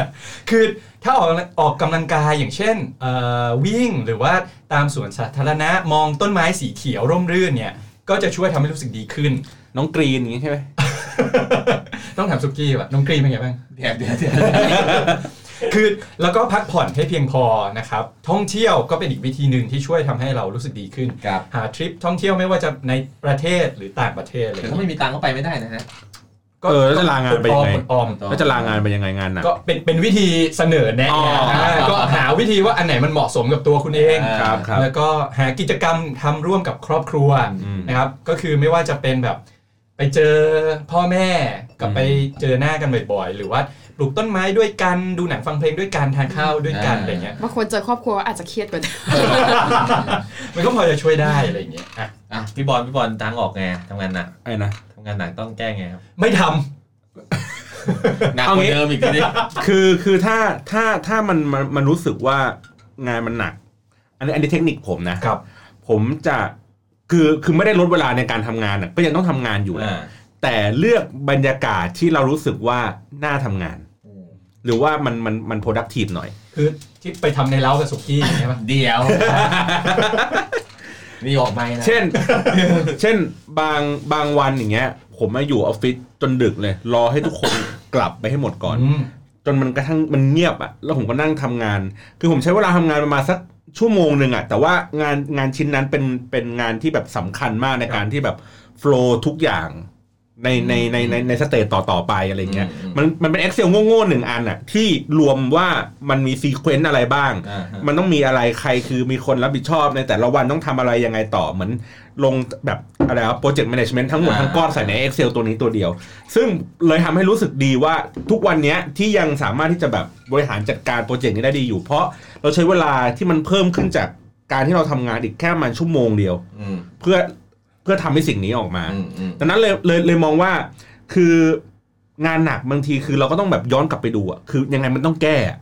[LAUGHS] คือถ้าออกออกกำลังกายอย่างเช่นเอ่อวิ่งหรือว่าตามสวนสาธารณะมองต้นไม้สีเขียวร่มรื่นเนี่ยก็จะช่วยทำให้รู้สึกดีขึ้น น้องกรีนอย่างงี้ใช่ไหม ต้องถามสุกี้แบบน้องกรีนเป็นไงบ้าง เดี๋ยวเดี๋ยวเดี๋ยว คือแล้วก็พักผ่อนให้เพียงพอนะครับ ท่องเที่ยวก็เป็นอีกวิธีหนึ่งที่ช่วยทำให้เรารู้สึกดีขึ้น ครับ หาทริปท่องเที่ยวไม่ว่าจะในประเทศหรือต่างประเทศอะไรอ แต่ ย่าง ถ้าไม่ เงี้ย มีตังค์ก็ไปไม่ได้นะฮะ ก็ เออแล้วจะลางานไปยังไง อดออมอดออม แล้วจะลางานไปยังไงงานหนัก ก็เป็นเป็นวิธีเสนอแนะ อ๋อ นะฮะก็หาวิธีว่าอันไหนมันเหมาะสมกับตัวคุณเอง อ่า ครับครับ แล้วก็หากิจกรรมทำร่วมกับครอบครัว อืม นะครับ ก็คือไม่ว่าจะเป็นแบบไปเจอพ่อแม่กลับ อืม ไปเจอหน้ากันบ่อยๆ หรือว่าปลูกต้นไม้ด้วยกันดูหนังฟังเพลงด้วยกันทานข้าวด้วยกัน อ่า อะไรเงี้ย บางคนเจอครอบครัวอาจจะเครียดกว่าเดิม มันก็พอจะช่วยได้อะไรเงี้ยอ่ะ อ่ะพี่บอลพี่บอลทางออกไงทำงานหนัก ไอ้นะ ทำงานหนักต้องแก้ไงครับ ไม่ทำ หนักก เอา ว่า งี้ เดิมอีกทีนี้ คือคือถ้าถ้าถ้ามันมันมันรู้สึกว่างานมันหนัก อันนี้อันนี้เทคนิคผมนะ กับ ผมจะคือคือไม่ได้ลดเวลาในการทำงานน่ะก็ยังต้องทำงานอยู่แหละแต่เลือกบรรยากาศที่เรารู้สึกว่าน่าทำงาน หรือว่ามันมันมัน productive หน่อย คือที่ไปทำในเล้ากับสุกี้อย่างเงี้ยป่ะ เดียว นี่ออกไปนะ เช่น [LAUGHS] เช่นบางบางวันอย่างเงี้ย ผมมาอยู่ออฟฟิศจนดึกเลย รอให้ทุกคน [COUGHS] กลับไปให้หมดก่อน อืม จนมันกระทั่งมันเงียบอะ่ะแล้วผมก็นั่งทำงาน คือผมใช้เวลาทำงานประมาณสักชั่วโมงหนึ่งอะ่ะแต่ว่างานงานชิ้นนั้นเป็นเป็นงานที่แบบสำคัญมากในการที่แบบโฟลทุกอย่าง ในในในในในสเตจต่อต่อๆไปอะไรเงี้ย อืม มันมันเป็น Excel โง่ๆหนึ่งอันอ่ะที่รวมว่ามันมีซีเควนต์อะไรบ้าง อ่าฮะ มันต้องมีอะไรใครคือมีคนรับผิดชอบในแต่ละวันต้องทำอะไรยังไงต่อเหมือนลงแบบอะไรครับโปรเจกต์แมネจเมนต์ทั้งหมด อ่า ทั้งก้อนใส่ใน Excel ตัวนี้ตัวเดียว ซึ่งเลยทำให้รู้สึกดีว่าทุกวันเนี้ยที่ยังสามารถที่จะแบบบริหารจัดการโปรเจกต์นี้ได้ดีอยู่ เพราะเราใช้เวลาที่มันเพิ่มขึ้นจากการที่เราทำงานอีกแค่ประมันชั่วโมงเดียว อืม เพื่อเพื่อทำให้สิ่งนี้ออกมา อืมอืม ดังนั้นเลยเลยเลยมองว่าคืองานหนักบางทีคือเราก็ต้องแบบย้อนกลับไปดูอะคือยังไงมันต้องแก้อะ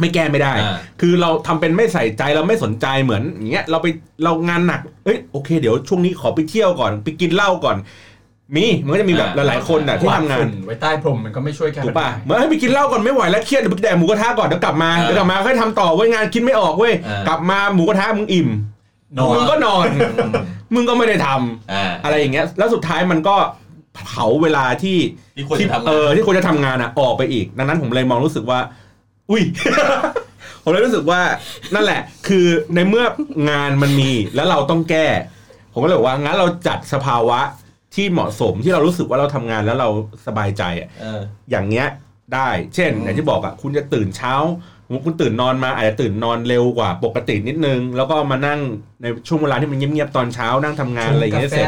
ไม่แก้ไม่ได้ อ่า คือเราทำเป็นไม่ใส่ใจเราไม่สนใจเหมือนอย่างเงี้ยเราไปเรางานหนักเอ้ยโอเคเดี๋ยวช่วงนี้ขอไปเที่ยวก่อนไปกินเหล้าก่อน มีมันก็จะมีแบบ อ่า หลายๆคนน่ะที่ทำงาน ฝุ่ไว้ใต้พรมมันก็ไม่ช่วยแก้ ถู ปั ก ญหา ป่ะเหมื่อนให้ไปกินเหล้าก่อนไม่ไหวแล้วเครียดเดี๋ยวไปแดกหมูกระทะก่อนเดี๋ยวกลับมา อ่า เดี๋ยวกลับมาค่อยทำต่อเว้ยงานกินไม่ออกเว้ย อ่าก ก ลับมาหมูกระทะมึงอิ่ม นอ มึ น งก็นอน อืม มึงก็ไม่ได้ทำ อ่า อะไรอย่างเงี้ย แล้วสุดท้ายมันก็เผาเวลาที่ ที่ควรจะทำงาน เออที่ควรจะทำงานอ่ะออกไปอีก ดังนั้นผมเลยมองรู้สึกว่า อุ้ย [LAUGHS] ผมเลยรู้สึกว่านั่นแหละ คือในเมื่องานมันมีแล้วเราต้องแก้ ผมก็เลยบอกว่างั้นเราจัดสภาวะที่เหมาะสมที่เรารู้สึกว่าเราทำงานแล้วเราสบายใจอะ เออ อย่างเงี้ยได้ เช่น อืม อย่างที่บอกอ่ะคุณจะตื่นเช้าสมมุติคุณตื่นนอนมาอาจจะตื่นนอนเร็วกว่าปกตินิดนึง แล้วก็มานั่งในช่วงเวลาที่มันเงียบๆตอนเช้านั่งทำงานอะไรอย่างเงี้ยเสร็จ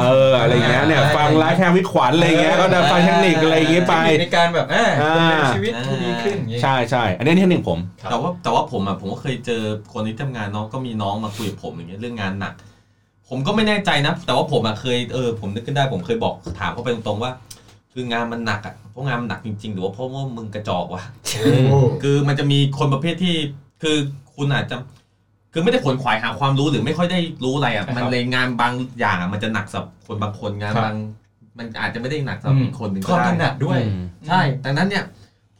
เอออะไรเงี้ยเนี่ยฟังไลฟ์แฮมวิขวัญอะไรเงี้ยก็จะฟังเทคนิคอะไรอย่างเงี้ยไป เทคนิคในการแบบอ่า อ่า ดำเนินชีวิตที่ดีขึ้นอย่างเงี้ย ใช่ใช่อันนี้เทคนิคผม ครับ แต่ว่าแต่ว่าผมอ่ะผมก็เคยเจอคนที่ทำงานเน้องก็มีน้องมาคุยกับผมอย่างเงี้ยเรื่องงานหนัก ผมก็ไม่แน่ใจนะ แต่ว่าผมอ่ะเคยเออผมนึกขึ้นได้ผมเคยบอกถามเขาไปตรงๆว่า คืองานมันหนักอ่ะเพราะงานมันหนักจริงๆ หรือว่าเพราะว่ามึงกระจอกวะ โอ้ คือมันจะมีคนประเภทที่คือคุณอาจจะ คือไม่ได้ขวนขวายหาความรู้หรือไม่ค่อยได้รู้อะไรอ่ะมันเลยงานบางอย่างอะมันจะหนักสำหรับคนบางคนงานบาง มันอาจจะไม่ได้หนักสำหรับอีกคนหนึ่ง ค ก็ วาม ได้ ถนัดด้วย ใช่ดังนั้นเนี่ย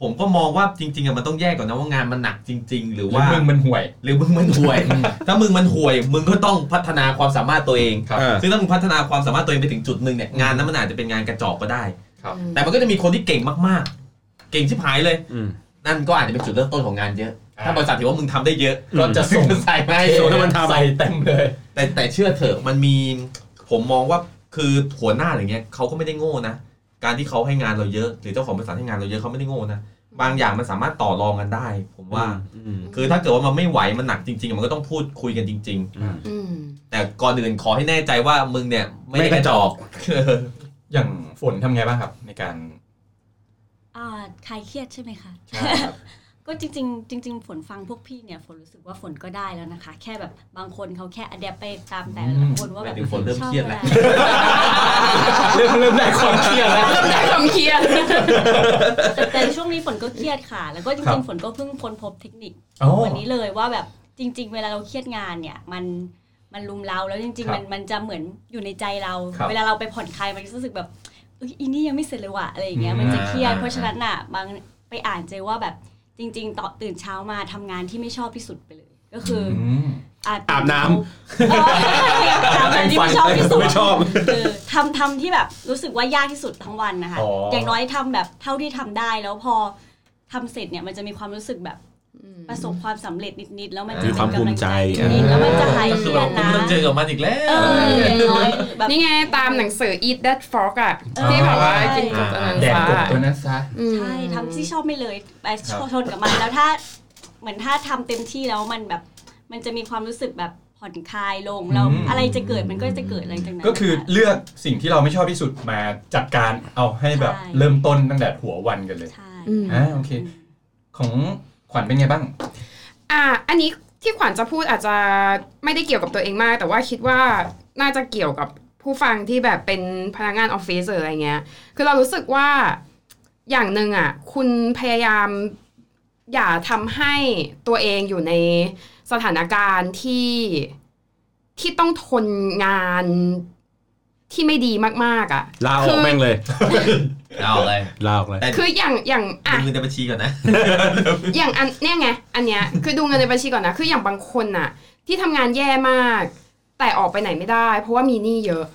ผมก็มองว่าจริงๆอะมันต้องแยกก่อนนะว่างานมันหนักจริง ๆ หรือ ว่า ว่า มึงมันห่วย หรือมึงมันห่วย ถ้ามึงมันห่วย มึงก็ต้องพัฒนาความสามารถตัวเอง ครับ เออ ซึ่งถ้ามึงพัฒนาความสามารถตัวเองไปถึงจุดหนึ่งเนี่ยงานนั้นมันอาจจะเป็นงานกระจอกก็ได้ ครับ แต่มันก็จะมีคนที่เก่งมากๆ เก่งชิบหายเลย อืม นั่นก็อาจจะเป็นจุดเริ่มต้นของงานเยอะ อ่า ถ้าบริษัทถือว่ามึงทำได้เยอะ ก็จะส่ง ใส่ไป โซนมันทำใส่ [LAUGHS] เต็มเลย แต่แต่เชื่อเถอะมันมีผมมองว่าคือหัวหน้าอย่างเงี้ยเขาก็ไม่ได้โง่นะ การที่เขาให้งานเราเยอะ หรือเจ้าของบริษัทให้งานเราเยอะเขาไม่ได้โง่นะบางอย่างมันสามารถต่อรองกันได้ ผมว่า คือถ้าเกิดว่ามันไม่ไหวมันหนักจริงๆ มันก็ต้องพูดคุยกันจริง อืม ๆ แต่ก่อนอื่นขอให้แน่ใจว่ามึงเนี่ยไม่ได้กไม่ก ระ ระ จ จ อ อก ก อย่างฝนทำไงบ้างครับ ในการ อ่าคลายเครียดใช่ไหมคะ ใช่ครับ ก็จริงๆจริง ๆ ฝนฟังพวกพี่เนี่ยฝนรู้สึกว่าฝนก็ได้แล้วนะคะ แค่แบบบางคนเขาแค่อ d ด p t ไปตามแต่ละคนว่าแบหมาบยถึงฝนเริ่มเครียดแล้ว ชอบอะไร เริ่มเริ่มได้ความเครียดแล้ว เริ่มจากความเครียด แต่แต่ช่วงนี้ฝนก็เครียดค่ะ แล้วก็จ ครั ริง บ ๆฝนก็เพิ่งค้นพบเทคนิค โอ้ วันนี้เลยว่าแบบจริง ๆ เวลาเราเครียดงานเนี่ยมันมันลุมเราแล้วจริง ค ๆ รั มั บ นมันจะเหมือนอยู่ในใจเรา ครับ เวลาเราไปผ่อนคลายมันจะรู้สึกแบบเอยอีนี่ยังไม่เสร็จเลยว่ะอะไรอย่างเงี้ย อืม มันจะเครียดเพราะฉะนั้นน่ะบางไปอ่านเจอว่าแบบจริง ๆต่อตื่นเช้ามาทำงานที่ไม่ชอบที่สุดไปเลย ก็คืออ อืม อาบ อาบน้ เอออา [LAUGHS] บน้ำที่ไม่ชอบที่สุด ไม่ชอบ เออทำทำที่แบบรู้สึกว่ายากที่สุดทั้งวันนะคะ อ๋ออ ย่างน้อยทำแบบเท่าที่ทำได้แล้วพอทำเสร็จเนี่ยมันจะมีความรู้สึกแบบ ประสบความสำเร็จนิด ๆ แล้วมันจะ มีความภูมิใจ เป็นกำลังใจนิดๆแล้วมันจะหาย ก็ เค คือ รี แบ ย บ ด กู นะ ไม่ต้องเจอกับมันอีกแล้ว เอออย่างน้อยแบบ นี่ไงตามหนังสือ Eat That Frog อ่ะ เออ ที่แบบว่ากินกบตอนนั้น แดด ฟ้าบกตัวนั้นซะ อืม ใช่ทำที่ชอบไม่เลยไปชนกับมันแล้วถ้าเหมือนถ้าทำเต็มที่แล้วมันแบบ มันจะมีความรู้สึกแบบผ่อนคลายลงแล้ว อืม อะไรจะเกิดมันก็จะเกิดหลังจากนั้น ก็คือ นะะ เลือกสิ่งที่เราไม่ชอบที่สุดมาจัดการเอาให้แบบ ใช่ เริ่มต้นตั้งแต่หัววันกันเลย ใช่ อืม อ่าโอเค ของขวัญเป็นไงบ้าง อ่ะอันนี้ที่ขวัญจะพูดอาจจะไม่ได้เกี่ยวกับตัวเองมาก แต่ว่าคิดว่าน่าจะเกี่ยวกับผู้ฟังที่แบบเป็นพนักงานออฟฟิศหรืออะไรเงี้ย คือเรารู้สึกว่าอย่างหนึ่งอ่ะคุณพยายามอย่าทำให้ตัวเองอยู่ในสถานการณ์ที่ที่ต้องทนงานที่ไม่ดีมากๆอ่ะ ลาอ คือ อก แม่งเลย เอาเลย ลาออกเลย คืออย่างอย่าง ดู อ่ะ เงินในบัญชีก่อนนะ อย่างอันเนี่ยไงอันเนี้ยคือดูเงินในบัญชีก่อนนะคืออย่างบางคนน่ะ ที่ทำงานแย่มาก แต่ออกไปไหนไม่ได้ เพราะว่ามีหนี้เยอะ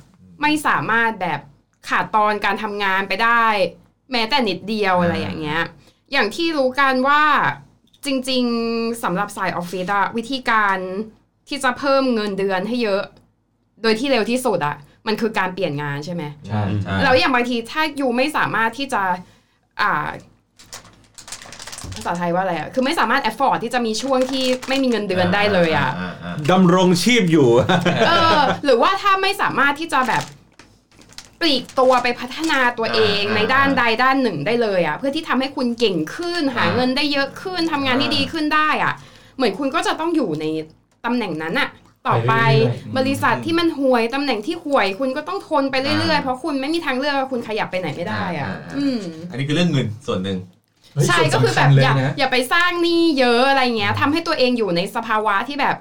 ไม่สามารถแบบขาดตอนการทำงานไปได้ แม้แต่นิดเดียวอะไรอย่างเงี้ย อย่างที่รู้กันว่าจริงๆสำหรับสายออฟฟิศอะวิธีการที่จะเพิ่มเงินเดือนให้เยอะ โดยที่เร็วที่สุดอะ มันคือการเปลี่ยนงานใช่ไหม ใช่ใช่ แล้วอย่างบางทีถ้ายูไม่สามารถที่จะ อ่า ภาษาไทยว่าอะไรอะคือไม่สามารถ afford ที่จะมีช่วงที่ไม่มีเงินเดือนได้เลยอะ าา ดำรงชีพอยู่ เออ หรือว่าถ้าไม่สามารถที่จะแบบปลีกตัวไปพัฒนาตัวเองในด้านใดด้านหนึ่งได้เลยอะเพื่อที่ทำให้คุณเก่งขึ้นหาเงินได้เยอะขึ้นทำงานที่ดีขึ้นได้อะเหมือนคุณก็จะต้องอยู่ในตำแหน่งนั้นอะต่อไปบริษัทที่มันห่วยตำแหน่งที่ห่วย คุณก็ต้องทนไปเรื่อยๆเพราะคุณไม่มีทางเลือกคุณขยับไปไหนไม่ได้อะอืม อันนี้คือเรื่องเงินส่วนหนึ่ง ใช่ก็คือแบบอย่าอย่าไปสร้างหนี้เยอะอะไรเงี้ยทำให้ตัวเองอยู่ในสภาวะที่แบบ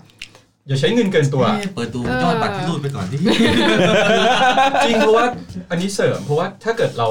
อย่าใช้เงินเกินตัว เปิดดูยอดบัตรที่รูดไปก่อนที่ จริงเพราะว่าอันนี้เสริมเพราะว่าถ้าเกิดเรา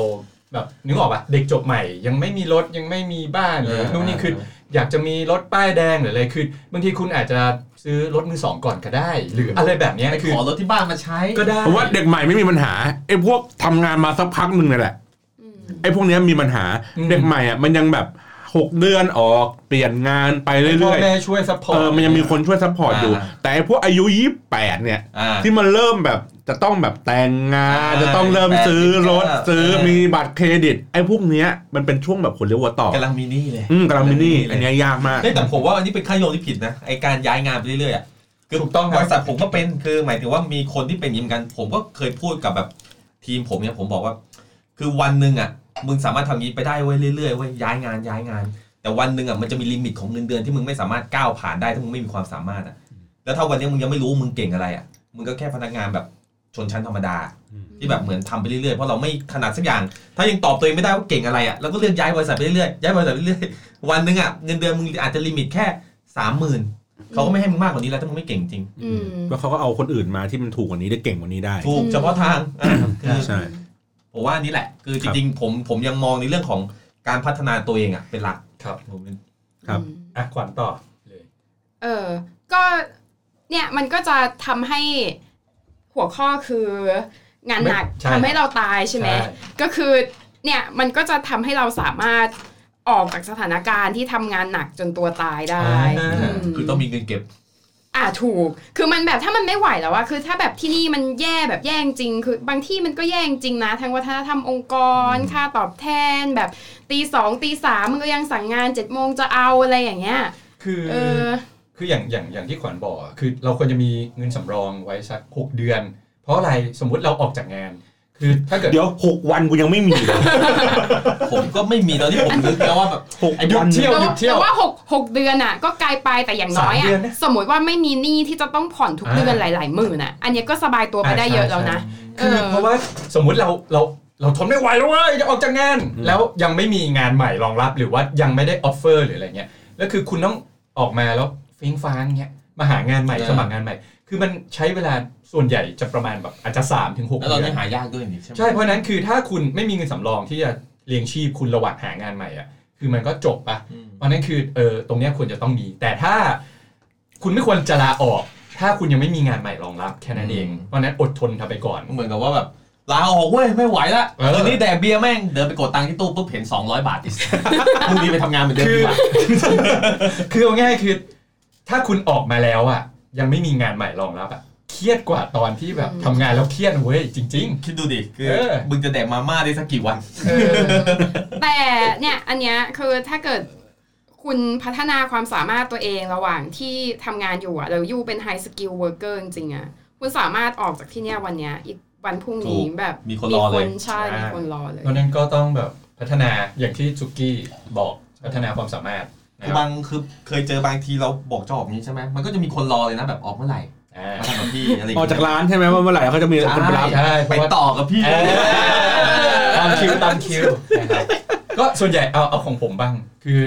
แบบนึกออกป่ะเด็กจบใหม่ ยังไม่มีรถยังไม่มีบ้านหรือ เออ นู่นนี่คือ เออ อยากจะมีรถป้ายแดงหรืออะไรคือบางทีคุณอาจจะซื้อรถมือสองก่อนก็ได้ หรืออะไรแบบเนี้ยคือ ขอรถที่บ้านมาใช้ ก็ได้ ผมว่าเด็กใหม่ไม่มีปัญหาไอ้พวกทำงานมาสักพักหนึ่งเนี่ยแหละ อืม ไอ้พวกเนี้ยมีปัญหาเด็กใหม่อ่ะมันยังแบบหกเดือนออกเปลี่ยนงานไปเรื่ พ่ อ อย แม่ช่วยซัพพอ ๆ ร์ต เออมันยังมีคนช่วยซัพพอร์ตอยู่ อ่า แต่ไอ้พวกอายุยี่แปดเนี่ย อ่า ที่มันเริ่มแบบจะต้องแบบแต่งงาน อ่า จะต้องเริ่มซื้อรถ แปดสิบเก้า ซื้อมีบัตรเครดิต ไอ้พวกเนี้ยมันเป็นช่วงแบบคนเรียกว่าต่อก ำลังมีหนี่เลย อืมกำลังมินี่อันเนี้ยยากมาก เฮ้ยแต่ผมว่าอันนี้เป็นค่านิยมที่ผิดนะไอการย้ายงานไปเรื่อยๆอะคือ ถูกต้องค บ รับ ริษัทผมก็เป็นคือหมายถึงว่ามีคนที่เป็นอยางนี้เหมอนกัน ผมก็เคยพูดกับแบบทีมผมเนี่ยผมบอกว่า คือวันหนึ่งอ่ะมึงสามารถทำอย่างนี้ไปได้เว้ยเรื่อยๆเว้ยย้ายงานย้ายงาน แต่วันหนึ่งอ่ะมันจะมีลิมิตของเงินเดือนที่มึงไม่สามารถก้าวผ่านได้ถ้ามึงไม่มีความสามารถอ่ะแล้วถ้าวันนี้มึงยังไม่รู้มึงเก่งอะไรอ่ะมึงก็แค่พนักงานแบบชนชั้นธรรมดา ที่แบบเหมือนทำไปเรื่อยๆ เพราะเราไม่ถนัดสักอย่าง ถ้ายังตอบตัวเองไม่ได้ว่าเก่งอะไรอ่ะเราก็เลือกย้ายบริษัทไปเรื่อยๆ ย้ายบริษัทไปเรื่อยๆ วันหนึงอ่ะเงินเดือนมึงอาจจะลิมิตแค่สามหมื่นเขาก็ไม่ให้มึงมากกว่านี้แล้วถ้ามึงไม่เก่งจริง อืม แล้วเขาก็เอาคนอื่นมาที่มันถูกกว่านี้ได้เก่งกว่านี้ได้ ถูกเฉพาะทางอ่ะคือ ใช่ ผมว่านี่แหละ คือจริงๆ ผมผมยังมองในเรื่องของการพัฒนาตัวเองอ่ะเป็นหลัก ครับ ผมเป็น ครับ อ่ะขวัญต่อเลย เออ ก็เนี่ยมันก็จะทำให้หัวข้อคืองานหนัก ไม่ใช่ ทำให้เราตายใช่ไหม ใช่ ก็คือเนี่ยมันก็จะทำให้เราสามารถออกจากสถานการณ์ที่ทำงานหนักจนตัวตายได้ อ่า ม คือต้องมีเงินเก็บ อ่าถูก คือมันแบบถ้ามันไม่ไหวแล้วอะคือถ้าแบบที่นี่มันแย่แบบแย่จริง คือบางที่มันก็แย่จริงนะ ทั้งวัฒนธรรมองค์กร ค่าตอบแทนแบบตีสองตีสามมันก็ยังสั่งงานเจ็ดโมงจะเอาอะไรอย่างเงี้ย คือ เออ คืออย่างอย่างอย่างที่ขวัญบอกอะคือเราควรจะมีเงินสำรองไว้สักหกเดือน เพราะอะไรสมมุติเราออกจากงาน คือถ้าเกิด เดี๋ยวหกวันกูยังไม่มีเลย ผมก็ไม่มีตอนที่ผมนึกแล้วว่าแบบ หก ไอ้พวก วัน เที่ยวหยุดเที่ยว แต่ว่าหกหกเดือนอะก็ไกลไปแต่อย่างน้อย สาม อะ เดือนนะ สมมติว่าไม่มีหนี้ที่จะต้องผ่อนทุก อ่า เดือนหลาย ๆ หมื่นอะอันเนี้ยก็สบายตัวไป อ่า ได้ ใช่ เยอะแล้ว ใช่ นะเอ คือ อ เพราะว่าสมมุติเราเราเราทนไม่ไหวแล้วเว้ยจะออกจากงาน แล้วยังไม่มีงานใหม่รองรับหรือว่ายังไม่ได้ออฟเฟอร์หรืออะไรเงี้ยแล้วคือคุณต้องออกมาแล้วฟิงฟ้างเงี้ยมาหางานใหม่ เออ สมัครงานใหม่ คือมันใช้เวลาส่วนใหญ่จะประมาณแบบอาจจะ3ถึง6 แล้วตอน เดือ นี้ น หายากด้วยนี่ใช่ไหม ใช่เพราะฉะนั้นคือถ้าคุณไม่มีเงินสำรองที่จะเลี้ยงชีพคุณระหว่างหางานใหม่อ่ะคือมันก็จบปะ อืม เพราะฉะนั้นคือเออตรงเนี้ยควรจะต้องมี แต่ถ้าคุณไม่ควรจะลาออก ถ้าคุณยังไม่มีงานใหม่รองรับแค่นั้นเองเพราะฉะนั้นอดทนทำไปก่อน เหมือนกับว่าแบบลาออกเว้ยไม่ไหวละ เออ คืนนี้แดกเบียร์แม่งเดินไปกดตังค์ที่ตู้ปุ๊บเห็น200 บาทอีกพรุ่งนี้ไปทำงานเหมือนเดิมดีกว่า คือเอาง่ายๆคือ ถ้าคุณออกมาแล้วอ่ะ ยังไม่มีงานใหม่รองรับอ่ะเครียดกว่าตอนที่แบบทำงานแล้วเครียดเว้ยจริง คิดดูดิคือ เออ มึงจะแดกมาม่าได้สักกี่วัน ๆเออ แต่เนี่ยอันเนี้ยคือถ้าเกิดคุณพัฒนาความสามารถตัวเองระหว่างที่ทำงานอยู่อะแล้วอยู่เป็นไฮสกิลเวิร์กเกอร์จริงๆอะคุณสามารถออกจากที่เนี่ยวันเนี้ยอีกวันพรุ่งนี้ ถูก แบบ มีคนรอเลย ใช่ อ่ามี มีคนรอเลย เพราะฉะนั้นก็ต้องแบบพัฒนาอย่างที่จุกี้บอกพัฒนาความสามารถนะ คืครัอบ บางคือเคยเจอบางทีเราบอกจะออกนี้ใช่ไหมมันก็จะมีคนรอเลยนะแบบออกเมื่อไหร่ อ่า มาทำกับพี่อะไรอย่ง ออก เงี้ย จากร้านใช่ไหมว่าเมื่อไหร่เขาจะมีคนไปรับ ใช่ ใช่เพ ไป ราะว่า ต่อกับพี่ เออตามคิวตามคิวนะครับก็ส่วนใหญ่เอาเอาของผมบ้าง คือ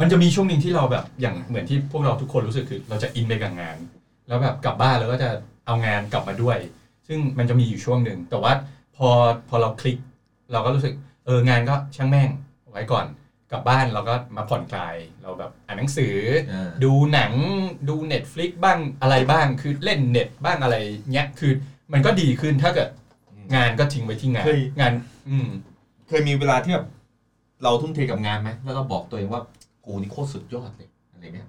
มันจะมีช่วงหนึ่งที่เราแบบอย่างเหมือนที่พวกเราทุกคนรู้สึกคือเราจะอินไปกับงาน แล้วแบบกลับบ้านแล้วก็จะเอางานกลับมาด้วย ซึ่งมันจะมีอยู่ช่วงหนึ่งแต่ว่าพอพอเราคลิก เราก็รู้สึกเอองานก็ช่างแม่งไว้ก่อนกลับบ้านเราก็มาผ่อนคลายเราแบบอ่านหนังสือ เออ ดูหนังดู Netflix บ้างอะไรบ้างคือเล่นเน็ตบ้างอะไรเงี้ยคือมันก็ดีขึ้นถ้าเกิด งานก็ทิ้งไว้ที่งาน เคย งาน อืม เคยมีเวลาที่แบบเราทุ่มเทกับงานไหมแล้วเราบอกตัวเองว่ากูนี่โคตรสุดยอดเลยอะไรเงี้ย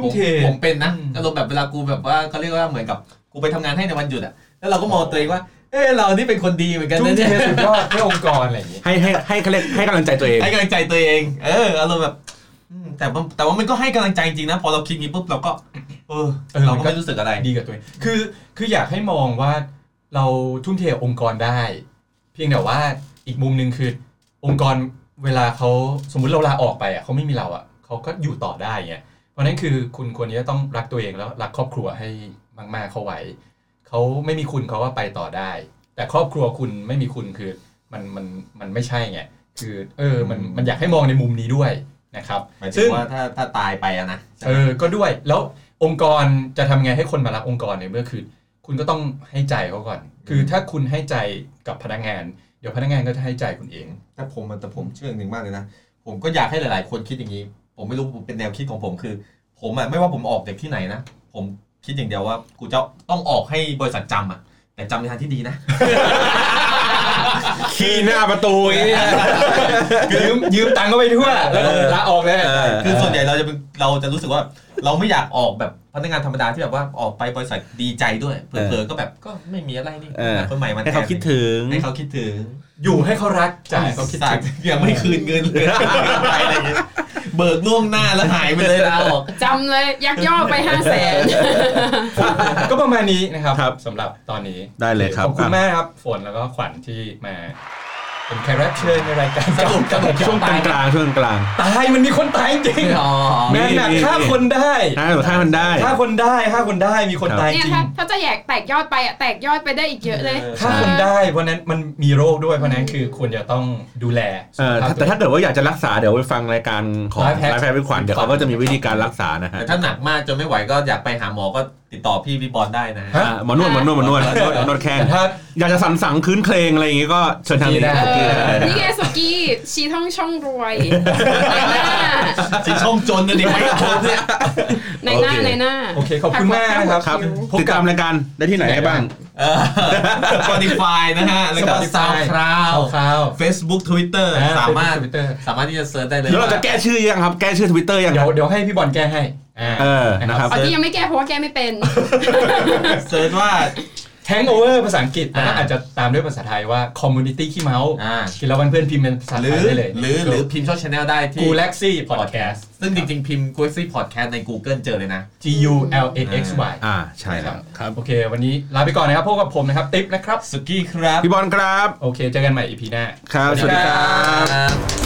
ผมผมเป็นนะ อืม อารมณ์แบบเวลากูแบบว่าเขาเรียกว่าเหมือนกับกูไปทำงานให้ในวันหยุดอ่ะ แล้วเราก็มองตัวเองว่า เออเรานี่เป็นคนดีเหมือนกัน จุ้ม นะ เท เนี่ย สุดยอดให้องค์กรอะไรอย่างเงี้ย ให้ให้ให้เขาเรียกให้กำลังใจตัวเอง ให้กำลังใจตัวเอง เอออารมณ์แบบอืมแต่ว่าแต่ว่ามันก็ให้กำลังใจจริงนะ พอเราคิดงี้ปุ๊บเราก็ เออ เราก็ไม่รู้สึกอะไร ดีกับตัวเองคือคืออยากให้มองว่าเราทุ่มเทกับองค์กรได้ เพียงแต่ว่าอีกมุมหนึ่งคือองค์กรเวลาเขาสมมุติเราลาออกไปอ่ะเขาไม่มีเราอ่ะเขาก็อยู่ต่อได้เงี้ยเพราะฉะนั้นคือคุณควรที่จะต้องรักตัวเองแล้วรักครอบครัวให้มากๆเขาไว้เขาไม่มีคุณเขาก็ไปต่อได้ แต่ครอบครัวคุณไม่มีคุณคือมันมันมันไม่ใช่ไงคือเออมันมันอยากให้มองในมุมนี้ด้วยนะครับ หมายถึงว่าถ้าถ้าตายไปอะนะ เออ ก็ด้วย แล้วองค์กรจะทำไงให้คนมารักองค์กรในเมื่อคือ คุณก็ต้องให้ใจเขาก่อน คือถ้าคุณให้ใจกับพนักงาน เดี๋ยวพนักงานก็จะให้ใจคุณเอง แต่ผมอะแต่ผมเชื่ออย่างหนึ่งมากเลยนะ ผมก็อยากให้หลาย ๆ คนคิดอย่างนี้ ผมไม่รู้ผมเป็นแนวคิดของผมคือ ผมอะไม่ว่าผมออกจากที่ไหนนะ ผมคิดอย่างเดียวว่ากูจะต้องออกให้บริษัทจำอะแต่จำในทางที่ดีนะ ขี้หน้าประตูอย่างเงี้ย ยืมยืมตังค์ก็ไปทั่ว แล้วก็ เออ ลาออกเลย คือส่วนใหญ่เราจะเป็นเราจะรู้สึกว่า เราไม่อยากออกแบบพนักงานธรรมดาที่แบบว่าออกไปบริษัทดีใจด้วยเผลอๆก็แบบก็ไม่มีอะไรนี่ เออ คนใหม่มัน ให้เขาคิดถึง ให้เขาคิดถึง อยู่ให้เขารักจ่ายเขาคิด สั ถึ ต ง ว์ยังไม่คืนเงินเลยไป [LAUGHS] อะไรอย่างเงี้ยเบิกล่วงหน้าแล้วหายไปเลยลาออก จำเลยยักยอกไปห้าแส [LAUGHS] น ก็ประมาณนี้นะครับ ครับ สำหรับตอนนี้ ได้เลยครับ ขอบคุณมากครับ ฝนแล้วก็ขวัญที่มา เป็นแขกรับเชิญในราย [LAUGHS] การสรุปสรุป ช่วงกลางๆช่วงกลาง ตายมันมีคนตายจริง อ๋อ แม่งหนัก มีมี ฆ่าคนได้ ๆนะถ้ามันได้ ถ้าคนได้ถ้าคนได้มีคน ครับ ตาย เนี่ย จริง ถ้าถ้าจะแยกแตกยอดไปอะแตกยอดไปได้อีกเยอะเลย เออ ถ้าคนได้เพราะนั้นมันมีโรคด้วยเพราะนั้นคือควรจะต้องดูแล เออถ้าแต่ถ้าเกิดว่าอยากจะรักษาเดี๋ยวไปฟังรายการของไลฟ์แพทย์ไปขวัญเดี๋ยวเขาก็จะมีวิธีการรักษานะฮะ แต่ถ้าหนักมากจนไม่ไหวก็อยากไปหาหมอก็ติดต่อพี่วิบอลได้นะ อ่ะหมอนวดหมอนวดหมอนวดหมอนวดหมอนวดแข้ง แต่ถ้า อยากจะสั่นสังคืนเคลงอะไรอย่างงี้ก็เชิญทางนี้ ได้ เออ ได้ได้ นี่ไงสุกี้ชี้ท่องช่องร [LAUGHS] วย สิช่องจน [LAUGHS] นะดิไม่จนเนี่ย ในหน้าในหน้า โอเคขอบคุณมากนะครับ ครับติดตามรายการได้ที่ไหนได้บ้าง สปอติฟายนะฮะ แล้วก็ Spotify ซาวคลาว เอาข้าว เฟซบุ๊กทวิตเตอร์ อ่า สามารถ Facebook Twitter สามารถที่จะเซิร์ชได้เลย เดี๋ยวเราจะแก้ชื่อยังครับ แก้ชื่อทวิตเตอร์ยังค เดี๋ย รั ว บ เดี๋ยวให้พี่บอลแก้ให้อ่า เออนะครับ เอาที่ยังไม่แก้เพราะว่าแก้ไม่ [LAUGHS] เป็น เซิร์ชว่า แฮงโอเวอร์ภาษาอังกฤษแล้วก็ อ่า อาจจะตามด้วยภาษาไทยว่า community ขี้เมาส์ อ่า กินแล้ววันเพื่อนพิมพ์เป็นภาษา ห ไท รื ย อ ได้เลย หรือหรือพิมพ์ช่องชาแนลได้ที่ กูแล็กซี่ podcast ซึ่งจริง ๆ พิมพ์ g u e x y Podcast ใน Google เจอเลยนะ G U L A X Y อ่าใช่แล้วครับ โอเค วันนี้ลาไปก่อนนะครับพบกับผมนะครับ ติ๊บนะครับ สุกี้ครับ พี่บอลครับ โอเค เจอกันใหม่ EP หน้า ครับ สวัสดีครับ บ